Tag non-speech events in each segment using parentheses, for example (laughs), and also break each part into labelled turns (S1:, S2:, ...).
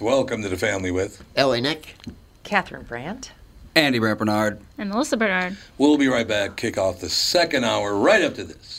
S1: Welcome to the family with.
S2: Ellie Nick.
S3: Catherine Brandt.
S4: Andy Brant Bernard.
S5: And Melissa Bernard.
S1: We'll be right back. Kick off the second hour right after this.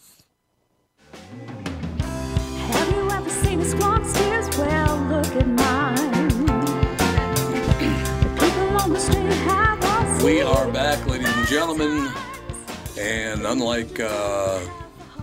S6: Have you ever seen a squawk's tears? Well, look at mine. The people on the street have all seen
S1: We are back, ladies and gentlemen. And unlike uh,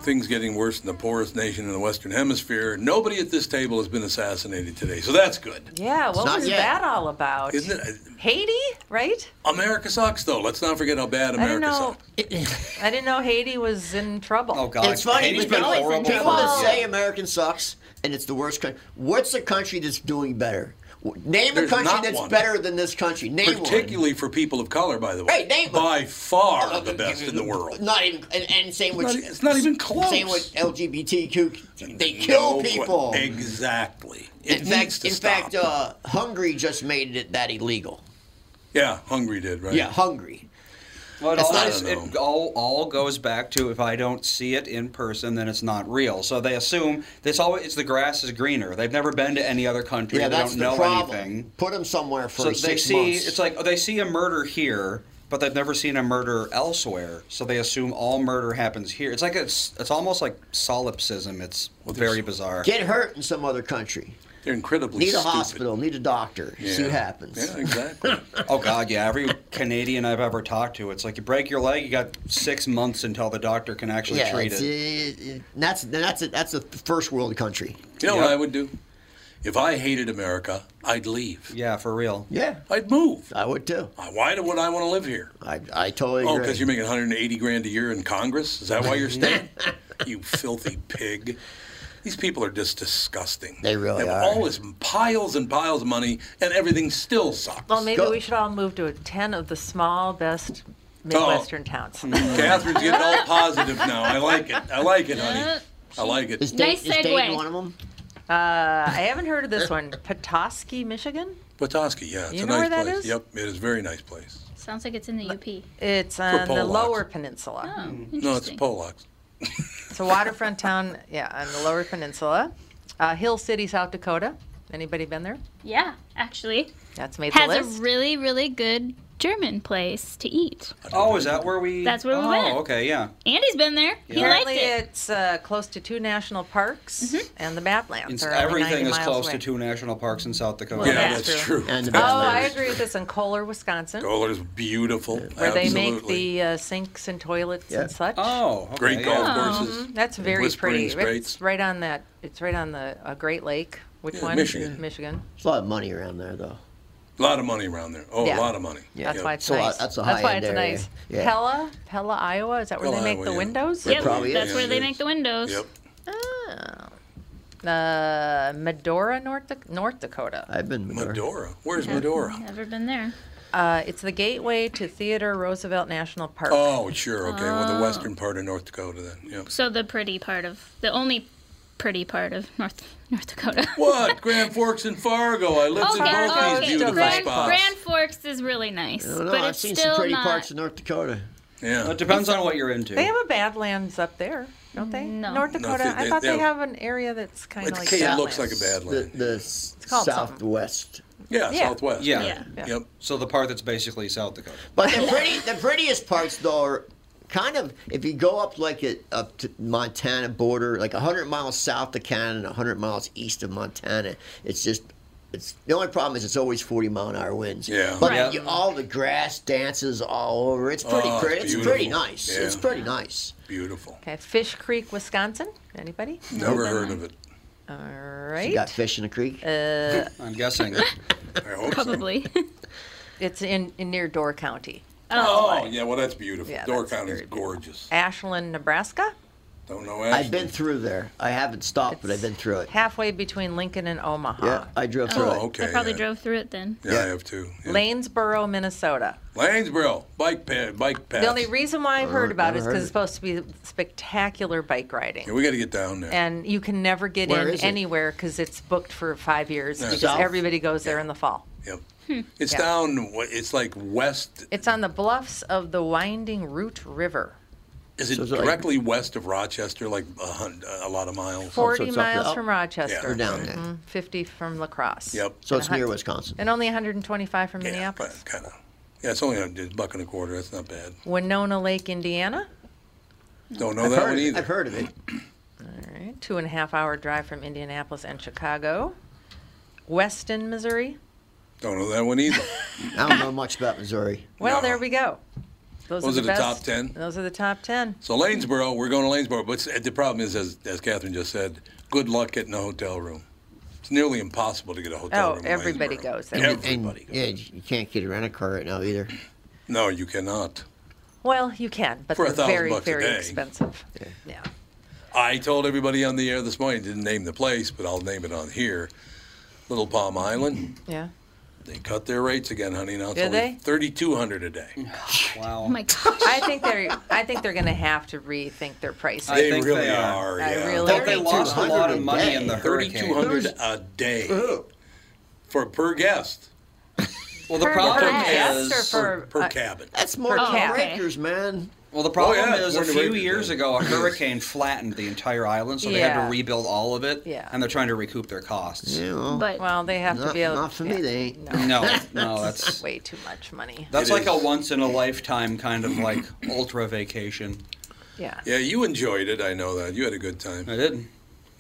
S1: things getting worse in the poorest nation in the Western Hemisphere, nobody at this table has been assassinated today. So that's good.
S3: Yeah, what
S2: not
S3: was
S2: yet.
S3: that all about?
S1: Isn't it?
S3: Haiti, right?
S1: America sucks, though. Let's not forget how bad
S3: I didn't
S1: America
S3: know.
S1: sucks.
S3: I didn't know Haiti was in trouble.
S4: Oh, God.
S2: it's funny.
S4: Haiti's
S2: but
S4: been
S2: people-
S4: horrible.
S2: People that
S3: Well-
S2: say American sucks and it's the worst country. What's the country that's doing better? W- Name
S1: There's
S2: a country
S1: not
S2: that's
S1: one.
S2: better than this country. Name one.
S1: Particularly for people of color, by the way.
S2: Hey, name one.
S1: By far the best in the world.
S2: Not even, and, and same with
S1: not- e-, it's not even close.
S2: Same with LGBTQ, they kill
S1: No que-
S2: people.
S1: Exactly. It
S2: in
S1: needs
S2: fact,
S1: to
S2: in
S1: stop.
S2: fact, uh, Hungary just made it that illegal.
S1: yeah, Hungary did, right?
S2: Yeah, Hungary.
S4: Well, it
S2: It's
S4: all,
S2: not-
S4: is-
S1: I don't
S4: it all, all goes back to if I don't see it in person, then it's not real. So they assume this always it's the grass is greener. They've never been to any other country.
S2: Yeah,
S4: they
S2: that's
S4: don't
S2: the
S4: know
S2: problem.
S4: anything.
S2: Put them somewhere for
S4: So
S2: six
S4: they see
S2: months.
S4: it's like oh, they see a murder here, but they've never seen a murder elsewhere. So they assume all murder happens here. It's like it's it's almost like solipsism. It's very bizarre.
S2: get hurt in some other country.
S1: They're incredibly
S2: Need a
S1: stupid.
S2: hospital. Need a doctor. See what
S1: Yeah.
S2: happens. (laughs)
S1: Yeah, exactly.
S4: Oh God, yeah. Every Canadian I've ever talked to, it's like you break your leg, you got six months until the doctor can actually
S2: Yeah,
S4: treat
S2: it's,
S4: it.
S2: uh, uh, that's that's a, that's a first world country.
S1: You know what
S4: Yep.
S1: I would do? If I hated America, I'd leave.
S4: Yeah, for real.
S7: yeah.
S1: I'd move.
S2: I would too.
S1: Why do- would I want to live here?
S2: I, I totally
S1: Oh,
S2: agree. (laughs)
S1: because you're making 180 grand a year in Congress? Is that why you're staying? you filthy pig. These people are just disgusting.
S2: They really
S1: have
S2: are.
S1: all this piles and piles of money, and everything still sucks.
S3: Well, maybe
S2: Go-
S3: we should all move to 10 of the small, best Midwestern
S4: Oh. (laughs)
S3: towns. Uh,
S1: Catherine's getting all positive now. I like it. I like it, honey. I like it.
S2: Is Dayton,
S5: Nice
S2: is Dayton
S5: segue.
S2: one of them?
S3: I haven't heard of this one. Petoskey, Michigan?
S1: Petoskey, yeah, it's
S3: You
S1: a
S3: know where
S1: nice
S3: that
S1: place.
S3: is?
S1: Yep, it is a very nice place.
S5: Sounds like it's in the E UP.
S3: It's on the
S1: Polacks.
S3: lower peninsula.
S5: Oh,
S1: No, it's
S5: interesting.
S1: Polacks.
S3: It's a waterfront town, yeah, on the Lower Peninsula. Uh, Hill City, South Dakota. Anybody been there?
S5: Yeah, actually,
S3: That's made
S5: has
S3: the list.
S5: a really really good German place to eat.
S4: Oh, is that where we?
S5: That's where we
S4: oh,
S5: went.
S4: okay, yeah.
S5: Andy's been there. He liked
S3: Apparently,
S5: it. Mm-hmm.
S3: it's uh, close to two national parks and the Badlands.
S4: It's-
S3: are only 90
S4: everything is
S3: miles
S4: close
S3: away.
S4: to two national parks in South Dakota.
S3: Well,
S1: yeah,
S3: Oh, that's
S1: that's
S3: true.
S1: true.
S2: And the
S3: Oh,
S2: best
S3: I
S2: neighbors.
S3: agree with this in Kohler, Wisconsin,
S1: Kohler's beautiful.
S3: where they
S1: Absolutely.
S3: make the uh, sinks and toilets
S2: Yeah.
S3: and such. Mm-hmm,
S4: Oh, okay,
S1: great
S4: yeah.
S1: golf courses.
S3: That's very
S1: Whispering
S3: pretty.
S1: Straits.
S3: It's right on that. It's right on the uh, Great Lake. Which
S1: Yeah,
S3: one?
S1: Michigan.
S3: Michigan.
S2: There's a lot of money around there, though.
S1: A lot of money around there. Oh,
S3: Yeah.
S1: a lot of money.
S2: Yeah.
S3: That's why it's
S2: So, uh,
S3: nice.
S2: that's a
S3: why
S2: high-end
S3: it's
S2: area.
S3: nice.
S2: Yeah.
S3: Pella, Pella, Iowa. Is that where
S1: Pella,
S3: they make
S1: Iowa,
S3: the
S1: yeah.
S3: windows?
S1: Yep.
S5: Yep,
S2: probably
S5: that's
S2: is.
S5: where they
S1: Yes.
S5: make the windows.
S1: Yep.
S3: Uh, Medora, North, Dak- North Dakota.
S2: I've been Medora.
S1: Medora. Where's Medora?
S5: Never been there.
S3: Uh, it's the gateway to Theodore Roosevelt National Park.
S1: Oh, sure. Okay. Well, the western part of North Dakota, then. Yeah.
S5: So the pretty part of the only pretty part of North North Dakota.
S1: What? Grand Forks and Fargo. I lived in both
S3: okay.
S1: these beautiful
S5: Oh, Grand,
S1: spots.
S5: Grand Forks is really nice,
S2: I don't know.
S5: but
S2: I've
S5: it's
S2: seen
S5: still
S2: some pretty
S5: not.
S2: parts of North Dakota.
S1: yeah.
S4: It depends on what you're into.
S3: They have a Badlands up there, don't they?
S5: No.
S3: North
S1: No,
S3: Dakota.
S1: they-
S3: I thought
S1: they
S3: they,
S1: have-
S3: have an area that's kind of
S1: It's,
S3: like
S1: it looks like a bad
S3: Badlands.
S2: The,
S1: land.
S2: the s-
S3: called something.
S2: southwest.
S1: yeah,
S3: Yeah.
S1: Southwest.
S4: Yeah.
S5: Yeah.
S1: Yep.
S4: So the part that's basically South Dakota.
S2: But the pretty, the prettiest parts though are kind of if you go up like it up to Montana border, like hundred miles south of Canada and hundred miles east of Montana, it's just. It's the only problem is it's always forty mile an hour winds.
S1: Yeah.
S2: but
S5: Right.
S2: you, all the grass dances all over. It's pretty
S1: Oh, it's
S2: pretty. It's, pretty
S1: beautiful.
S2: nice.
S1: Yeah.
S2: It's pretty nice.
S1: Beautiful.
S3: Okay, Fish Creek, Wisconsin. Anybody?
S1: Never heard of it.
S3: All
S2: You got
S3: right.
S2: fish in the creek.
S5: (laughs)
S4: I'm guessing.
S1: I hope so.
S5: Probably.
S3: It's in, in near Door County,
S1: Oh, yeah. Well, that's beautiful.
S3: Yeah,
S1: Door
S3: that's
S1: County's
S3: very
S1: gorgeous.
S3: Ashland, Nebraska.
S1: Don't know
S2: I've
S1: Ashland.
S2: been through there. I haven't stopped, but I've been through it.
S3: Halfway between Lincoln and Omaha.
S2: Yeah, I drove through
S1: Oh,
S2: it.
S1: okay.
S5: I probably
S1: yeah.
S5: drove through it then.
S1: Yeah, I
S2: Yeah.
S1: have too. Yeah.
S3: Lanesboro, Minnesota.
S1: Lanesboro bike path. Bike path.
S3: The only reason why I've heard about it is
S2: never
S3: because it's
S2: heard
S3: supposed to be spectacular bike riding.
S1: yeah, we got to get down there.
S3: And you can never get
S2: Where
S3: in
S2: is it?
S3: anywhere because it's booked for five years because
S2: South?
S3: everybody goes there in the fall.
S1: Yep. It's
S3: Yeah.
S1: down down. wa- It's like west.
S3: It's on the bluffs of the winding Root River.
S2: Oh,
S1: Is it
S2: So it's like-
S1: directly west of Rochester? Like a, hun- a lot of miles.
S2: so it's
S3: 40
S2: up the-
S3: miles
S2: up-
S3: from Rochester,
S2: We're down
S1: okay.
S2: there.
S3: 50 from Lacrosse.
S1: Yep.
S2: So it's near
S3: Hunt-
S2: Wisconsin.
S3: And only 125 from Minneapolis.
S1: kind of. Yeah, it's only a it's a buck and a quarter. That's not bad.
S3: Winona Lake, Indiana.
S1: Don't know
S2: I've
S1: that
S2: heard,
S1: one
S2: of it.
S1: either.
S2: I've heard of it.
S3: All right. Two and a half hour drive from Indianapolis and Chicago. Weston, Missouri.
S1: Don't know that one
S3: (laughs)
S1: either.
S2: I don't know much about Missouri.
S3: Well,
S1: No.
S3: there we go. Those,
S1: Those
S3: are, the,
S1: are the top
S3: best.
S1: 10?
S3: Those are the top 10.
S1: so Lanesboro, we're going to Lanesboro, but s- the problem is, as as Catherine just said, good luck getting a hotel room. It's nearly impossible to get a hotel
S3: Oh,
S1: room. in
S3: everybody
S1: Lanesboro.
S3: goes there.
S2: And-
S1: Everybody.
S2: and, yeah, you can't get a rent a car right now either.
S1: No, you cannot.
S3: Well, you can, but
S1: For a
S3: they're
S1: thousand
S3: very,
S1: bucks a
S3: very
S1: day.
S3: expensive. Yeah.
S1: I told everybody on the air this morning. Didn't name the place, but I'll name it on here. Little Palm Island.
S3: Yeah.
S1: They cut their rates again, honey. Now it's
S3: Did
S1: only
S3: they?
S1: thirty-two hundred a day.
S5: Oh
S4: Wow.
S5: my
S3: (laughs)
S5: gosh.
S3: I think they're I think they're going to have to rethink their pricing.
S4: I
S1: They
S4: think
S1: really
S4: they are.
S1: are.
S3: I
S1: yeah.
S3: really
S4: But they lost a lot
S2: $3,200
S4: of
S2: a
S4: money
S2: day.
S4: in the
S1: Thirty-two
S4: hurricane.
S1: hundred a day for per guest.
S4: Well, the
S3: Per
S4: problem
S3: guest or
S4: is.
S3: per-
S1: per, per
S3: uh,
S1: cabin.
S2: That's more
S3: Per
S2: than
S3: cap.
S2: breakers, man.
S4: Well, the problem
S1: Oh, yeah,
S4: is
S1: we're
S4: a
S1: in the
S4: few
S1: Rapids,
S4: years
S1: yeah.
S4: ago, a hurricane flattened the entire island, so they had
S3: Yeah.
S4: to rebuild all of it.
S3: Yeah.
S4: And they're trying to recoup their costs.
S2: You know,
S5: But
S3: Well, they have to
S2: not,
S3: be able
S2: not for me,
S3: yeah.
S2: they ain't.
S3: (laughs)
S4: No, no, that's
S3: way too much money.
S4: that's
S1: It
S4: like a
S1: is.
S4: once in a lifetime kind of like ultra vacation.
S3: Yeah.
S1: Yeah, you enjoyed it. I know that you had a good time.
S4: I did.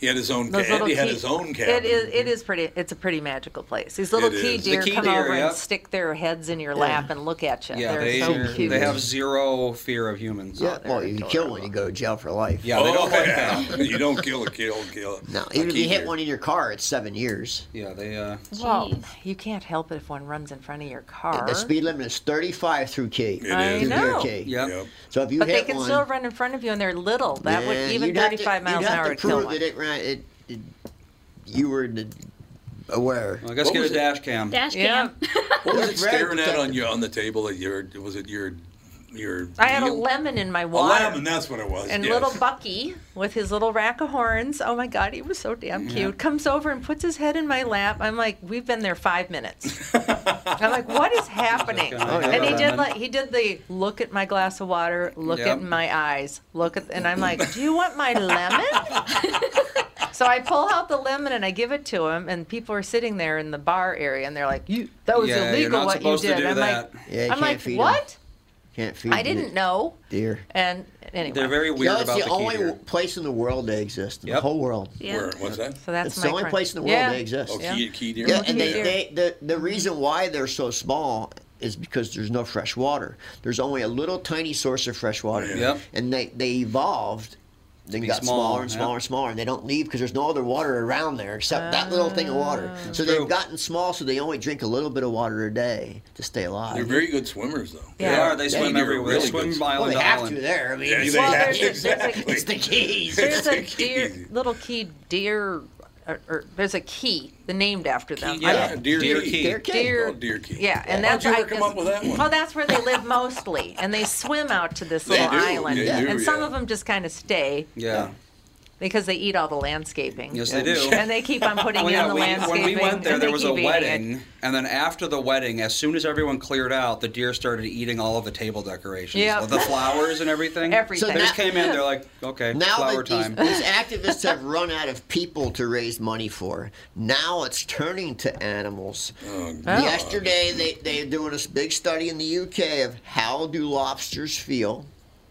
S1: He had his own.
S3: Those
S1: Ca-
S3: little
S1: Andy had
S3: key-
S1: his own
S3: It
S1: cabin.
S3: is. It is pretty. It's a pretty magical place. These little
S1: It
S3: key
S1: is. The
S3: deer
S4: key
S3: come
S4: deer,
S3: over
S4: yep.
S3: and stick their heads in your lap and look at you.
S4: Yeah,
S3: They're
S4: they
S3: so cute.
S4: they have zero fear of humans.
S2: Yeah,
S3: Oh,
S2: well, if you kill one, you go to jail for life.
S4: Yeah, they
S1: Oh
S4: don't like
S1: yeah,
S4: that.
S1: you don't kill a kill kill.
S2: (laughs) No,
S1: a
S2: even if
S1: key
S2: you hit
S1: deer.
S2: one in your car, it's seven years.
S4: Yeah, they. Uh,
S3: Well,
S5: Jeez.
S3: you can't help it if one runs in front of your car.
S2: The speed limit is 35 through Key.
S1: It
S3: I
S1: is.
S2: Through Deer
S3: know.
S2: Key.
S4: Yeah.
S1: Yep.
S2: So if you
S3: But
S2: hit
S3: they can
S2: one,
S3: still run in front of you, and they're little. That
S2: yeah,
S3: would even
S2: you'd have
S3: 35
S2: to,
S3: miles
S2: you'd
S3: an
S2: have
S3: hour
S2: to
S3: would
S2: prove
S3: kill one.
S2: That it, ran- it, it, you were the, aware.
S4: well, I guess
S1: What
S4: get
S1: was
S4: a
S1: it?
S4: dash cam.
S5: Dash
S3: Yeah.
S5: cam.
S1: What was
S2: It
S1: it
S2: was very
S1: staring at on
S2: protective.
S1: your on the table? At your was it your your?
S3: I had a
S1: deal?
S3: lemon in my
S1: A
S3: water.
S1: lemon. That's what it was.
S3: And
S1: yes.
S3: little Bucky with his little rack of horns. Oh my God, he was so damn cute. Comes over and puts his head in my lap. I'm like, we've been there five
S4: (laughs)
S3: minutes. I'm like, what is happening?
S4: Oh,
S3: and he
S4: yeah.
S3: did like he did the look at my glass of water, look
S4: Yep.
S3: at my eyes, look at, and I'm like, do you want my
S4: (laughs)
S3: lemon? so I pull out the lemon and I give it to him, and people are sitting there in the bar area, and they're like, you that was
S4: Yeah, you're
S3: illegal
S4: not
S3: what you
S4: supposed to
S3: did.
S4: do
S3: I'm
S4: that.
S3: like,
S2: Yeah, you
S3: I'm
S2: can't
S3: like,
S2: feed 'em.
S3: what?
S2: Can't feed
S3: I didn't know.
S2: Deer.
S3: And anyway,
S4: They're very
S2: You know,
S4: weird
S2: it's
S4: about
S2: the,
S4: the, key
S2: only
S4: deer.
S2: place in the world they exist. In The
S4: Yep.
S2: whole world.
S5: Yeah.
S1: Where, what's that?
S3: So that's
S2: It's
S3: my
S2: the only
S3: crunch.
S2: place in the world
S3: yeah.
S2: they exist.
S1: Oh,
S3: Yeah.
S4: (laughs)
S1: key, key deer.
S2: Yeah,
S3: Monkey
S2: and they,
S3: deer.
S2: they, the, the reason why they're so small is because there's no fresh water. There's only a little tiny source of fresh water.
S4: Yep.
S2: And they, they evolved then
S4: be
S2: got
S4: small,
S2: smaller and
S4: yeah.
S2: smaller and smaller, and they don't leave because there's no other water around there except that little thing of water. So
S4: true.
S2: they've gotten small, so they only drink a little bit of water a day to stay alive.
S1: They're very good swimmers though.
S4: They
S3: Yeah.
S4: are. They swim
S1: They're
S4: everywhere.
S1: really
S4: they swim
S1: good.
S2: well,
S4: island
S2: they
S4: to
S2: have
S4: island.
S2: to there. I mean,
S1: Yeah,
S2: it's,
S1: they
S3: Well,
S1: have
S3: there's a- there's a-
S1: exactly.
S2: it's the keys.
S3: There's
S1: It's
S3: a
S1: a key.
S3: deer, little key deer, or, or there's a key, the named after them.
S4: yeah.
S1: Yeah, deer,
S4: Deer
S1: key.
S4: key.
S2: Deer key.
S1: Oh, deer key.
S3: Yeah, and
S1: How'd
S3: that's
S1: you
S3: I
S1: ever come
S3: guess-
S1: up with that one?
S3: Well, that's where they live mostly, and they swim out to this
S1: They
S3: little
S1: do,
S3: island,
S1: they do,
S3: and some
S1: yeah.
S3: of them just kind of stay
S4: Yeah.
S3: because they eat all the landscaping.
S4: Yes, they do.
S3: And they keep on putting
S4: Well,
S3: in
S4: yeah,
S3: the
S4: we,
S3: landscaping.
S4: when we went there,
S3: and they
S4: there was a
S3: keep eating it.
S4: wedding, and then after the wedding, as soon as everyone cleared out, the deer started eating all of the table decorations,
S3: Yep.
S4: the flowers and everything.
S3: Everything.
S4: They just came in. They're like, okay,
S2: now
S4: flower
S2: that these,
S4: time. (laughs)
S2: these activists have run out of people to raise money for, now it's turning to animals. Yesterday, they, they're doing this big study in the UK of how do lobsters feel.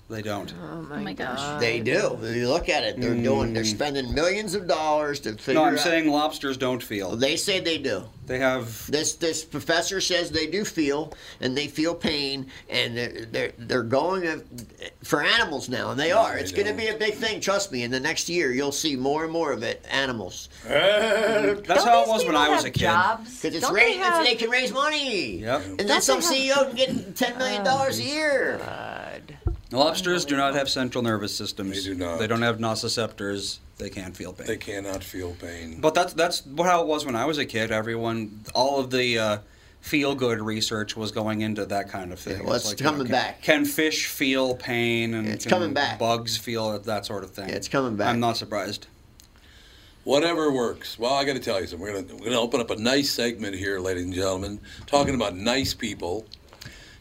S4: They don't.
S5: Oh my gosh.
S2: They do. If you look at it, they're doing. They're spending millions of dollars to figure
S4: No, I'm
S2: out.
S4: saying lobsters don't feel.
S2: they say they do.
S4: They have.
S2: This this professor says they do feel, and they feel pain, and they're they're, they're going uh, for animals now, and they are.
S1: they
S2: it's going to
S1: don't.
S2: be a big thing. Trust me. In the next year, you'll see more and more of it. Animals,
S4: That's
S3: Don't
S4: how it
S3: these
S4: was when
S3: people
S4: I was
S3: have
S4: a kid.
S3: Jobs?
S2: because it's
S3: Don't
S2: ra-
S3: they
S2: it's-
S3: have-
S2: they can raise money.
S4: Yep.
S2: And then some CEO can get ten million dollars a year.
S4: Lobsters do not have central nervous systems.
S1: They do not.
S4: They don't have nociceptors. They can't feel pain.
S1: They cannot feel pain.
S4: But that's that's what how it was when I was a kid. Everyone, all of the uh, feel good research was going into that kind of thing.
S2: Yeah, well, it's coming
S4: can,
S2: back.
S4: Can fish feel pain? And
S2: It's
S4: can
S2: coming back.
S4: Bugs feel it, that sort of thing.
S2: Yeah, it's coming back.
S4: I'm not surprised.
S1: Whatever works. Well, I got to tell you something. We're going we're gonna open up a nice segment here, ladies and gentlemen, talking about nice people.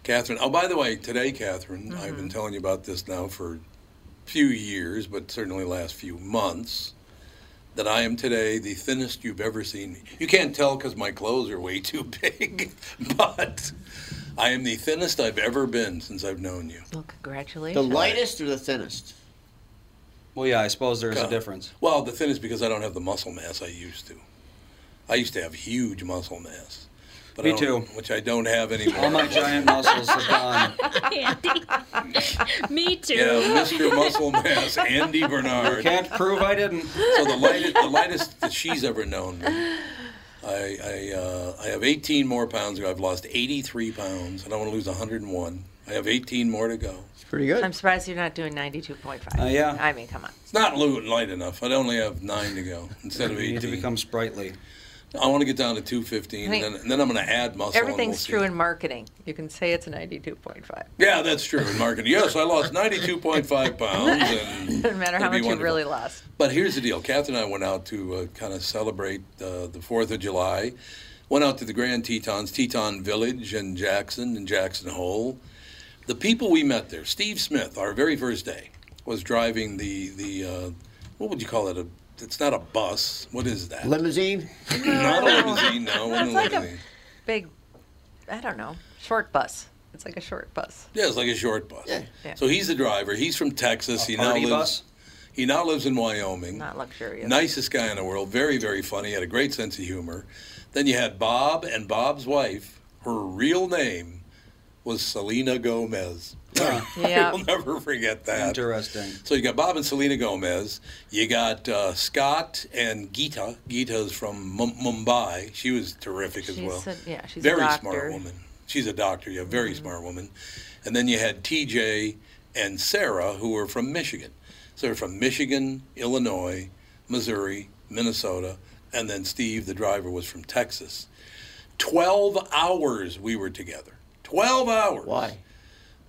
S1: Catherine, oh, by the way, today, Catherine, I've
S3: Mm-hmm.
S1: been telling you about this now for a few years, but certainly last few months, that I am today the thinnest you've ever seen me. You can't tell because my clothes are way (laughs) too big, but I am the thinnest I've ever been since I've known you.
S3: Well,
S2: The
S3: congratulations.
S2: lightest or the thinnest?
S4: Well, yeah, I suppose there's
S1: God.
S4: a difference.
S1: Well, the thing is because I don't have the muscle mass I used to. I used to have huge muscle mass. But I
S4: Me
S1: don't-
S4: too.
S1: Which I don't have anymore.
S4: All my giant muscles have gone.
S5: (laughs) Andy. Me too.
S1: (laughs) yeah, Mr. Muscle Mass, Andy Bernard.
S4: Can't prove I didn't.
S1: So the lightest, the lightest that she's ever known. me. I I, uh, I have 18 more pounds to go. I've lost 83 pounds, and I want to lose 101. I have 18 more to go.
S2: It's pretty good.
S3: I'm surprised you're not doing 92.5.
S4: Uh, yeah.
S3: I mean, come on.
S1: It's not lo- light enough. I only have nine to go instead of
S4: You need to
S1: 18.
S4: become sprightly.
S1: I want to get down to 215, and then, and then I'm going to add muscle. and
S3: Everything's
S1: we'll see.
S3: true in marketing. You can say it's 92.5. (laughs)
S1: Yeah, that's true in marketing. Yes, I lost 92.5 pounds. And
S3: (laughs) Doesn't matter how
S1: it'd be
S3: much you
S1: wonderful.
S3: really lost.
S1: But here's the deal. Catherine and I went out to uh, kind of celebrate uh, the 4th of July. Went out to the Grand Tetons, Teton Village and Jackson and Jackson Hole. The people we met there, Steve Smith, our very first day, was driving the, the uh, what would you call it? A, it's not a bus. What is that?
S2: Limousine.
S1: not a limousine,
S3: (laughs)
S1: no. wasn't
S3: It's
S1: a
S3: like a-
S1: limousine.
S3: Big, I don't know, short bus. It's like a short bus.
S1: Yeah, it's like a short bus.
S2: Yeah.
S3: Yeah.
S1: So he's the driver. He's from Texas. he now
S4: Party
S1: lives.
S4: bus.
S1: He now lives in Wyoming.
S3: Not luxurious.
S1: Nicest guy in the world. Very, very funny. Had a great sense of humor. Then you had Bob and Bob's wife. Her real name was Selena Gomez. (laughs)
S3: Yeah.
S1: I'll never forget that.
S4: Interesting.
S1: So you got Bob and Selena Gomez. You got uh, Scott and Geeta. Geeta's from M- Mumbai. She was terrific as
S3: She's
S1: well.
S3: a- yeah, she's a
S1: very
S3: doctor. Mm-hmm.
S1: smart woman. She's a doctor. Yeah, very smart woman. And then you had T.J. and Sarah, who were from Michigan. So they're from Michigan, Illinois, Missouri, Minnesota, and then Steve, the driver, was from Texas. Twelve hours we were together. Twelve hours
S2: Why?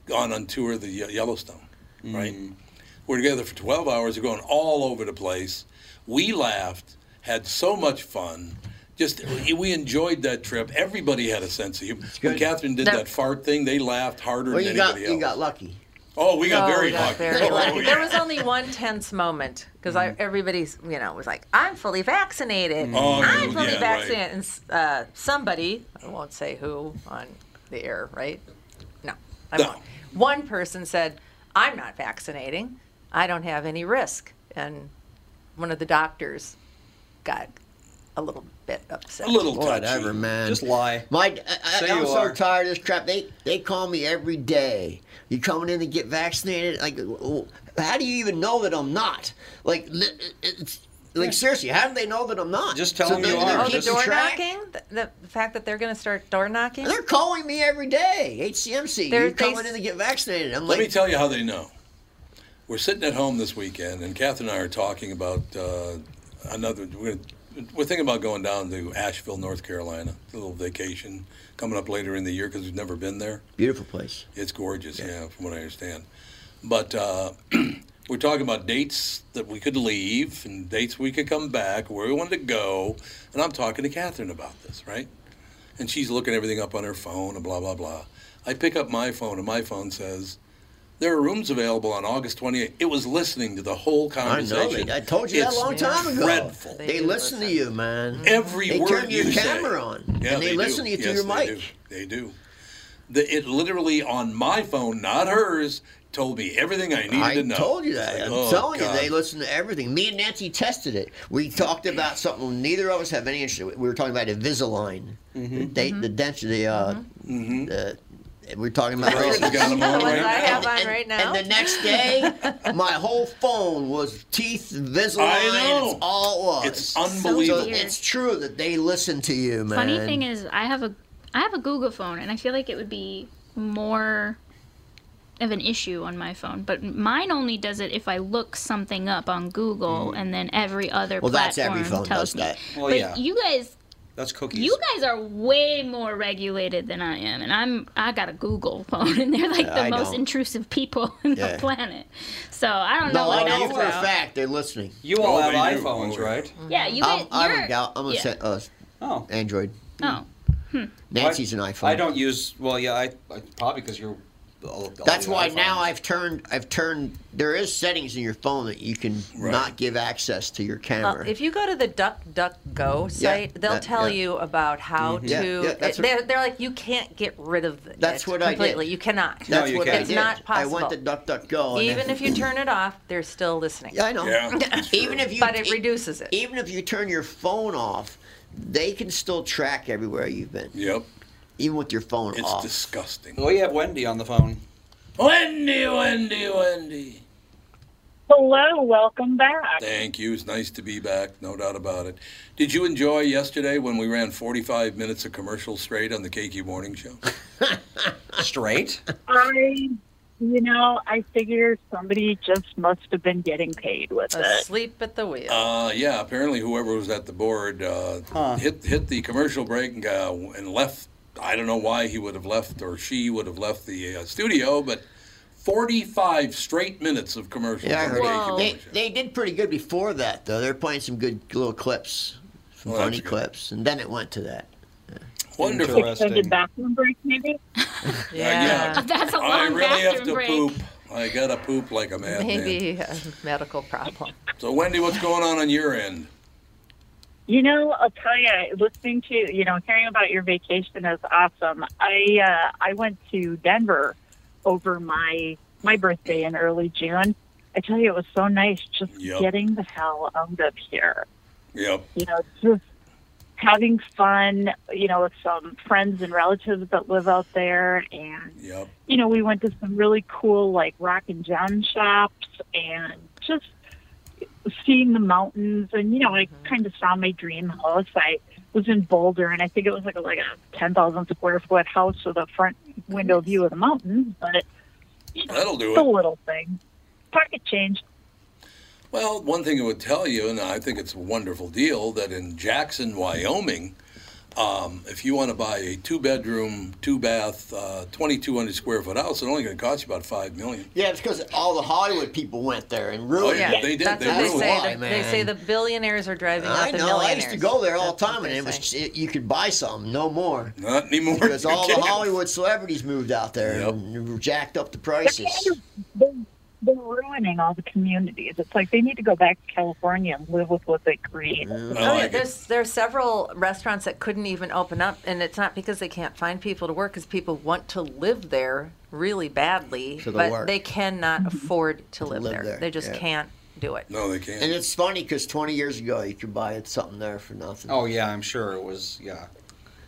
S1: gone on tour of the Ye- Yellowstone,
S2: Mm.
S1: right? We're together for 12 hours. We're going all over the place. We laughed, had so much fun. Just we enjoyed that trip. Everybody had a sense of humor. When Catherine did
S3: That-
S1: that fart thing, they laughed harder
S2: Well,
S1: than
S2: you got
S1: anybody
S2: you
S1: else.
S2: got lucky.
S1: oh, we got
S3: Oh,
S1: very
S3: we got
S1: lucky. (laughs)
S3: very
S1: Oh,
S3: lucky.
S1: yeah. Mm-hmm.
S3: There was only one tense moment because everybody's, you know, was like, "I'm fully vaccinated.
S1: Oh,
S3: I'm
S1: yeah,
S3: fully
S1: right.
S3: vaccinated." And s- uh, somebody, I won't say who on the air, right? No, I
S1: No.
S3: won't. One person said, "I'm not vaccinating. I don't have any risk," and one of the doctors got a little bit upset.
S1: a little touchy.
S2: Whatever, man.
S4: Just lie.
S2: Mike, I,
S4: Say
S2: I, I'm
S4: you
S2: so
S4: are.
S2: tired of this crap. They they call me every day. You coming in to get vaccinated? Like, w- w- how do you even know that I'm not? Like, li- it's, like seriously, how do they know that I'm not?
S4: Just tell them
S2: they-
S4: you
S2: they're
S4: are.
S3: Oh, the
S4: Just
S2: keeping
S3: door
S2: track?
S3: knocking? The, the, the fact that they're going to start door knocking?
S2: They're calling me every day. HCMC,
S3: They're-
S2: you're coming
S3: they-
S2: in to get vaccinated. I'm
S1: Let me
S2: like,
S1: tell you how they know. We're sitting at home this weekend, and Catherine and I are talking about uh, another. We're, we're thinking about going down to Asheville, North Carolina, a little vacation coming up later in the year because we've never been there.
S2: beautiful place.
S1: It's gorgeous, yeah, from what I understand. But uh, (clears throat) we're talking about dates that we could leave and dates we could come back, where we wanted to go. And I'm talking to Catherine about this, right? And she's looking everything up on her phone and blah, blah, blah. I pick up my phone, and my phone says, there are rooms available on August 28th. It was listening to the whole
S2: I know.
S1: conversation.
S2: They, I told you that
S1: It's
S2: a long time ago.
S1: dreadful.
S2: They,
S3: They do
S2: listen, to
S3: listen.
S2: you, man.
S1: Every
S2: they
S1: word
S2: turn your
S1: you say.
S2: camera on,
S1: Yeah,
S2: and they,
S1: do.
S2: listen to you through
S1: Yes,
S2: your
S1: they
S2: mic.
S1: do. They do. The, it literally on my phone, not hers, told me everything I needed
S2: I
S1: to know.
S2: told you that.
S1: It's like,
S2: I'm
S1: oh,
S2: telling
S1: God.
S2: you, they listen to everything. Me and Nancy tested it. We talked about something neither of us have any interest. in. We were talking about Invisalign,
S1: Mm-hmm.
S2: the, date,
S5: Mm-hmm.
S2: the denture, the. Uh, uh, we were talking about
S1: Girls have got 'em on
S3: The ones
S1: right
S3: I
S1: now.
S3: have on
S2: and,
S3: right now.
S2: and the next day,
S5: (laughs)
S2: my whole phone was teeth Invisalign.
S1: I know.
S2: It's all it was.
S1: It's unbelievable.
S2: So it's true that they listen to you, man.
S5: Funny thing is, I have a I have a Google phone, and I feel like it would be more of an issue on my phone. But mine only does it if I look something up on Google, and then every other
S2: Well, that's
S5: platform
S2: every phone
S5: tells
S2: does
S5: me.
S2: that.
S4: Well,
S5: but
S4: yeah.
S5: you guys,
S4: That's cookies.
S5: you guys are way more regulated than I am, and I'm I got a Google phone, and they're like the
S2: I
S5: most
S2: don't.
S5: intrusive people (laughs) on
S2: Yeah.
S5: the planet. So I don't know
S2: no, I
S5: what
S2: know
S5: that's
S2: for a
S5: about.
S2: fact they're listening.
S4: You all
S1: Oh,
S4: have
S1: they do.
S4: iPhones,
S1: Oh, yeah.
S4: right?
S5: Yeah, you guys.
S2: I'm, I'm
S5: you're-
S2: a gal. I'm a
S5: yeah.
S2: sa- uh,
S4: Oh.
S2: Android.
S5: Oh. (laughs)
S2: Nancy's
S4: I-
S2: an iPhone.
S4: I don't use. Well, yeah, I, I probably because you're. all-
S2: That's
S4: all
S2: why
S4: iPhones.
S2: now I've turned. I've turned. There is settings in your phone that you can
S1: Right.
S2: not give access to your camera.
S3: Well, Uh, if you go to the DuckDuckGo site, they'll
S2: that-
S3: tell
S2: yeah. Mm-hmm.
S3: you about how
S2: Yeah,
S3: to.
S2: yeah, that's what-
S3: they're, they're like, you can't get rid of it
S2: That's what I did.
S3: completely. You cannot.
S4: No,
S2: That's
S4: you
S2: what I
S4: can't.
S2: did.
S3: It's not
S2: I went to
S3: possible.
S2: DuckDuckGo. and
S3: Even
S2: then-
S3: if you turn it off, they're still listening.
S2: yeah, I know.
S1: Yeah,
S3: (laughs)
S1: it's true.
S2: Even if you,
S3: But it
S2: e-
S3: reduces it.
S2: Even if you turn your phone off, they can still track everywhere you've been,
S1: Yep.
S2: even with your phone
S1: It's
S2: off.
S1: disgusting.
S4: Well, you have Wendy on the phone.
S1: Wendy, Wendy, Wendy.
S8: Hello, welcome back.
S1: Thank you. It's nice to be back, no doubt about it. Did you enjoy yesterday when we ran 45 minutes of commercials straight on the KQ Morning Show?
S4: Straight.
S8: I, you know, I figure somebody just must have been getting paid with it.
S3: Asleep at the wheel.
S1: Uh, yeah, apparently whoever was at the board uh, hit hit the commercial break and, uh, and left. I don't know why he would have left or she would have left the uh, studio, but 45 straight minutes of commercials.
S2: Yeah, I
S1: on
S2: heard
S1: the
S2: it.
S1: KQ
S3: Whoa.
S2: they,
S1: Morning Show.
S2: they did pretty good before that, though. They're playing some good little clips, some
S1: Well, that's
S2: funny
S1: good.
S2: clips, and then it went to that.
S1: Wonderful.
S4: Interesting.
S8: Extended bathroom break, maybe?
S1: yeah.
S5: That's a long
S1: I really have
S5: bathroom
S1: to
S5: break.
S1: poop. I got to poop like a madman.
S3: Maybe a medical problem.
S1: So, Wendy, what's going on on your end?
S8: You know, I'll tell you, listening to, you know, hearing about your vacation is awesome. I, uh, I went to Denver over my, my birthday in early June. I tell you, it was so nice just
S1: Yep.
S8: getting the hell out of here.
S1: Yep.
S8: You know, just having fun. You know, with some friends and relatives that live out there, and
S1: Yep.
S8: you know, we went to some really cool like rock and john shops and just seeing the mountains and you know, I kind of saw my dream house. I was in Boulder and I think it was like a, like a 10,000 square foot house with a front window view of the mountains, but you know,
S1: That'll do
S8: it's a
S1: it.
S8: little thing. Pocket change.
S1: Well, one thing it would tell you, and I think it's a wonderful deal, that in Jackson, Wyoming, um, if you want to buy a two-bedroom, two-bath, uh, 2,200 square foot house, it's only going to cost you about five million.
S2: Yeah, it's because all the Hollywood people went there and ruined
S1: Oh, yeah,
S2: it.
S1: they did.
S3: That's
S1: they
S3: what they
S1: ruined
S3: say.
S1: it.
S2: Why,
S3: the, they
S2: man?
S3: say the billionaires are driving
S2: I
S3: out the
S2: know. I
S3: millionaires.
S2: used to go there all the
S3: That's what
S2: time, and
S3: they
S2: it was
S3: say.
S2: it, you could buy some, no
S1: (laughs)
S2: more,
S1: Not anymore.
S2: because
S1: You
S2: all the
S1: (laughs) can't.
S2: Hollywood celebrities moved out there
S1: Yep.
S2: and jacked up the
S8: They're,
S2: prices.
S8: kind of- they're, they're ruining all the communities. It's like they need to go back to California and live with what they create.
S1: I
S3: Oh, yeah,
S1: like it.
S3: there's there are several restaurants that couldn't even open up, and it's not because they can't find people to work, because people want to live there really badly,
S2: So they'll
S3: but
S2: work.
S3: they cannot afford to live,
S2: live
S3: there.
S2: there,
S3: They just
S2: yeah.
S3: can't do it.
S1: No, they can't.
S2: And it's funny because 20 years ago, you could buy something there for nothing.
S4: (laughs) Oh yeah, I'm sure it was yeah,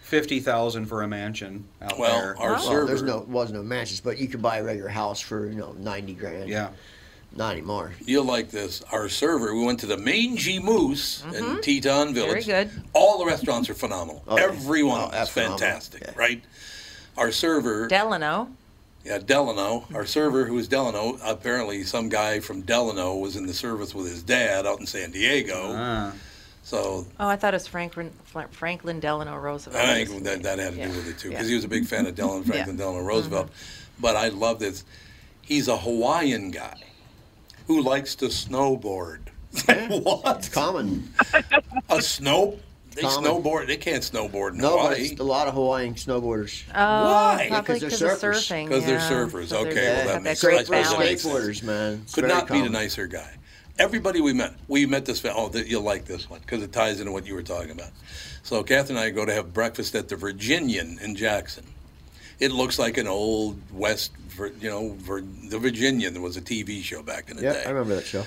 S4: fifty thousand for a mansion out
S1: Well,
S4: there.
S1: our
S2: Well,
S1: server,
S2: there's no was no mansions, but you could buy a regular house for you know 90 grand.
S4: yeah,
S2: not anymore.
S1: you'll like this. Our server, we went to the Mangy Moose in Teton Village.
S3: good.
S1: All the restaurants are phenomenal.
S2: Oh, yeah.
S1: Everyone
S2: Oh,
S1: is
S2: that's phenomenal.
S1: fantastic,
S2: Yeah.
S1: right? Our server,
S3: Delano,
S1: yeah, Delano, our server who was Delano, apparently some guy from Delano was in the service with his dad out in San Diego.
S4: Ah.
S1: So
S3: oh, I thought it was Franklin Fla- Franklin Delano Roosevelt.
S1: I think that, that had to do with it too, because he was a big fan of
S3: (laughs)
S1: Delano Franklin
S3: Yeah. Mm-hmm.
S1: Delano Roosevelt. But I love this. He's a Hawaiian guy who likes to snowboard. (laughs) what?
S2: It's common.
S1: A snow? They
S2: Common.
S1: snowboard. They can't snowboard in
S2: No, but
S1: Hawaii.
S2: it's a lot of Hawaiian snowboarders.
S3: Oh,
S1: Why?
S3: Probably
S2: Because
S3: because
S2: they're
S3: of
S2: surfers.
S3: surfing.
S1: Because they're
S3: yeah.
S1: surfers.
S3: So
S1: Okay, well,
S3: they're- they've
S1: that
S3: got
S1: makes- I
S3: great
S1: suppose that
S3: balance.
S1: makes sense.
S2: skateboarders, man. It's
S1: Could
S2: very
S1: not be the
S2: common.
S1: nicer guy. Everybody we met, we met this. Fa- oh, th- you'll like this one because it ties into what you were talking about. So Kath and I go to have breakfast at the Virginian in Jackson. It looks like an old West, Vir- you know, Vir- the Virginian was a TV show back in the
S2: Yeah,
S1: day.
S2: I remember that show.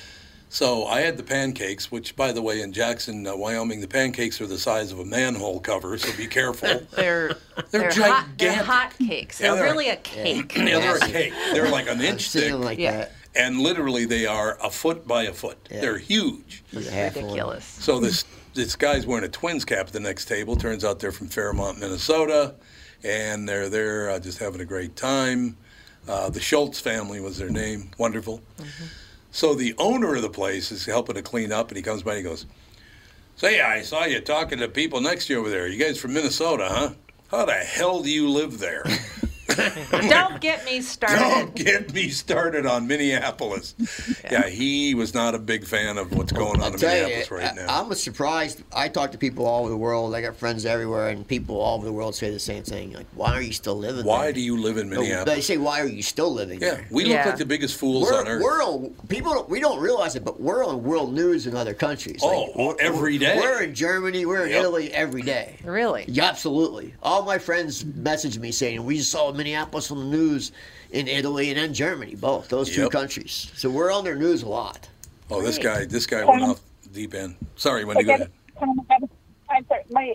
S1: So I had the pancakes, which, by the way, in Jackson, uh, Wyoming, the pancakes are the size of a manhole cover. So
S2: (laughs)
S1: be careful.
S3: They're
S1: (laughs) They're
S3: hot, they're
S1: gigantic.
S3: hot cakes.
S1: Yeah,
S3: They're
S1: they're-
S3: really a cake.
S1: yeah, they're a cake. They're like an
S2: I've
S1: inch
S2: seen
S1: thick,
S2: them like
S3: Yeah.
S2: that.
S1: and literally they are a foot by a foot.
S2: Yeah.
S1: They're huge.
S2: There's a half one.
S3: Ridiculous.
S1: So this this guy's wearing a Twins cap at the next table. Turns out they're from Fairmont, Minnesota, and they're there uh, just having a great time. Uh, the Schultz family was their name. Wonderful.
S2: Mm-hmm.
S1: So the owner of the place is helping to clean up, and he comes by and he goes, "Say, I saw you talking to people next to you over there. You guys from Minnesota, huh? How the hell do you
S2: (laughs)
S1: live there?"
S3: Don't get me
S1: Don't
S3: started.
S1: get me started
S2: (laughs)
S1: on Minneapolis. yeah. he was not a big fan of what's going on
S2: I
S1: in
S2: tell you,
S1: Minneapolis right now.
S2: I, am surprised. I talk to people all over the world. I got friends everywhere, and people all over the world say the same thing. Like, why are you still living?
S1: Why
S2: there?
S1: do you live in
S2: No,
S1: Minneapolis?
S2: They say, why are you still living
S1: Yeah,
S2: there?
S1: we look
S3: Yeah.
S1: like the biggest fools on
S2: We're,
S1: earth.
S2: we're on people. don't- We don't realize it, but we're on world news in other countries.
S1: Oh,
S2: we're- we're-
S1: every day.
S2: We're in Germany. We're in
S1: Yep.
S2: Italy every day.
S3: Really?
S2: Yeah, absolutely. All my friends messaged me saying we saw Minneapolis on the news in Italy and in Germany, both those two
S1: Yep.
S2: countries. So we're on their news a lot.
S1: oh, this guy, this guy went off the deep end. Sorry, Wendy, go
S8: But
S1: ahead.
S8: that- I'm sorry, my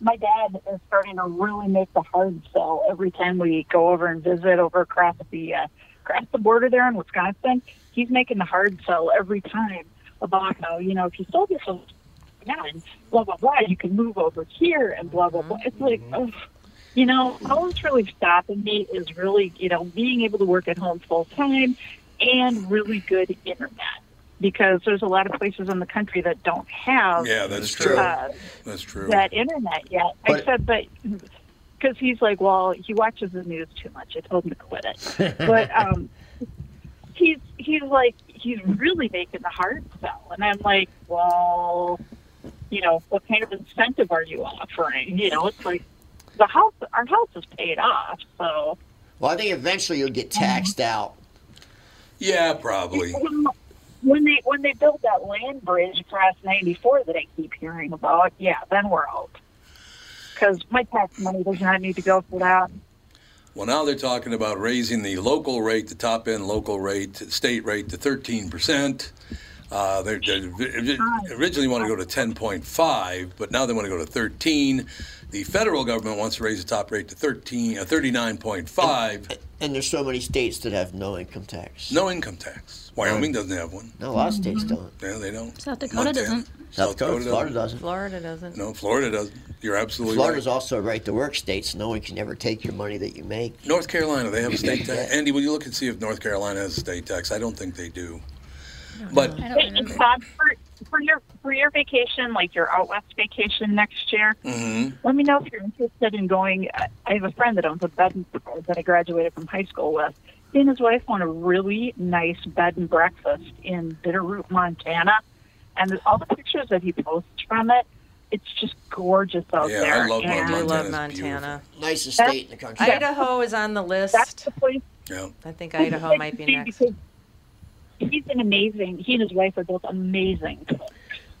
S8: my dad is starting to really make the hard sell every time we go over and visit over across the uh, across the border there in Wisconsin. He's making the hard sell every time about how you know if you sold yourself and blah blah blah, you can move over here and blah blah blah. It's like. ugh. You know, all that's really stopping me is really, you know, being able to work at home full time and really good internet because there's a lot of places in the country that don't have
S1: Yeah, that's
S4: true.
S1: true.
S8: uh,
S1: That's true.
S8: that internet yet.
S2: But-
S8: I said, but because he's like, well, he watches the news too much. I told him to quit it. but um, he's he's like he's really making the hard sell, and I'm like, well, you know, what kind of incentive are you offering? You know, it's like the house, our house is paid off, so.
S2: Well, I think eventually you'll get taxed out.
S1: Yeah, probably.
S8: Well, When they when they build that land bridge across ninety four that I keep hearing about, yeah, then we're out. Because my tax money does not need to go for that.
S1: Well, now they're talking about raising the local rate, the top end local rate, state rate to 13%. Uh, they originally want to go to 10.5, but now they want to go to 13. The federal government wants to raise the top rate to 13, uh, 39.5.
S2: And there's so many states that have no income tax.
S1: No income tax. Wyoming doesn't have one.
S2: No, a lot of states don't.
S1: Yeah, they don't.
S5: South Dakota doesn't.
S2: South Dakota, Florida doesn't.
S3: Florida doesn't.
S1: No, Florida doesn't. You're absolutely
S2: Florida's
S1: right.
S2: also a right-to-work state, so no one can ever take your money that you make.
S1: North Carolina, they have a
S2: (laughs)
S1: state tax. Andy, will you look and see if North Carolina has a state tax? I don't think they do. But
S5: I
S8: Hey,
S5: don't remember.
S8: Bob, for, for your for your vacation, like your out west vacation next year,
S1: mm-hmm,
S8: let me know if you're interested in going. I- I have a friend that owns a bed and that I graduated from high school with. He and his wife own a really nice bed and breakfast in Bitterroot, Montana, and all the pictures that he posts from it, it's just gorgeous out
S1: Yeah, I
S8: there.
S1: love
S8: and
S3: I
S1: Montana's
S3: love Montana.
S2: Nicest
S8: That's-
S2: state in the country.
S8: Yeah.
S3: Idaho is on the
S8: That's
S3: list.
S8: the place
S1: yeah,
S3: I think Idaho might be next.
S8: because He's an amazing. He and his wife are both amazing.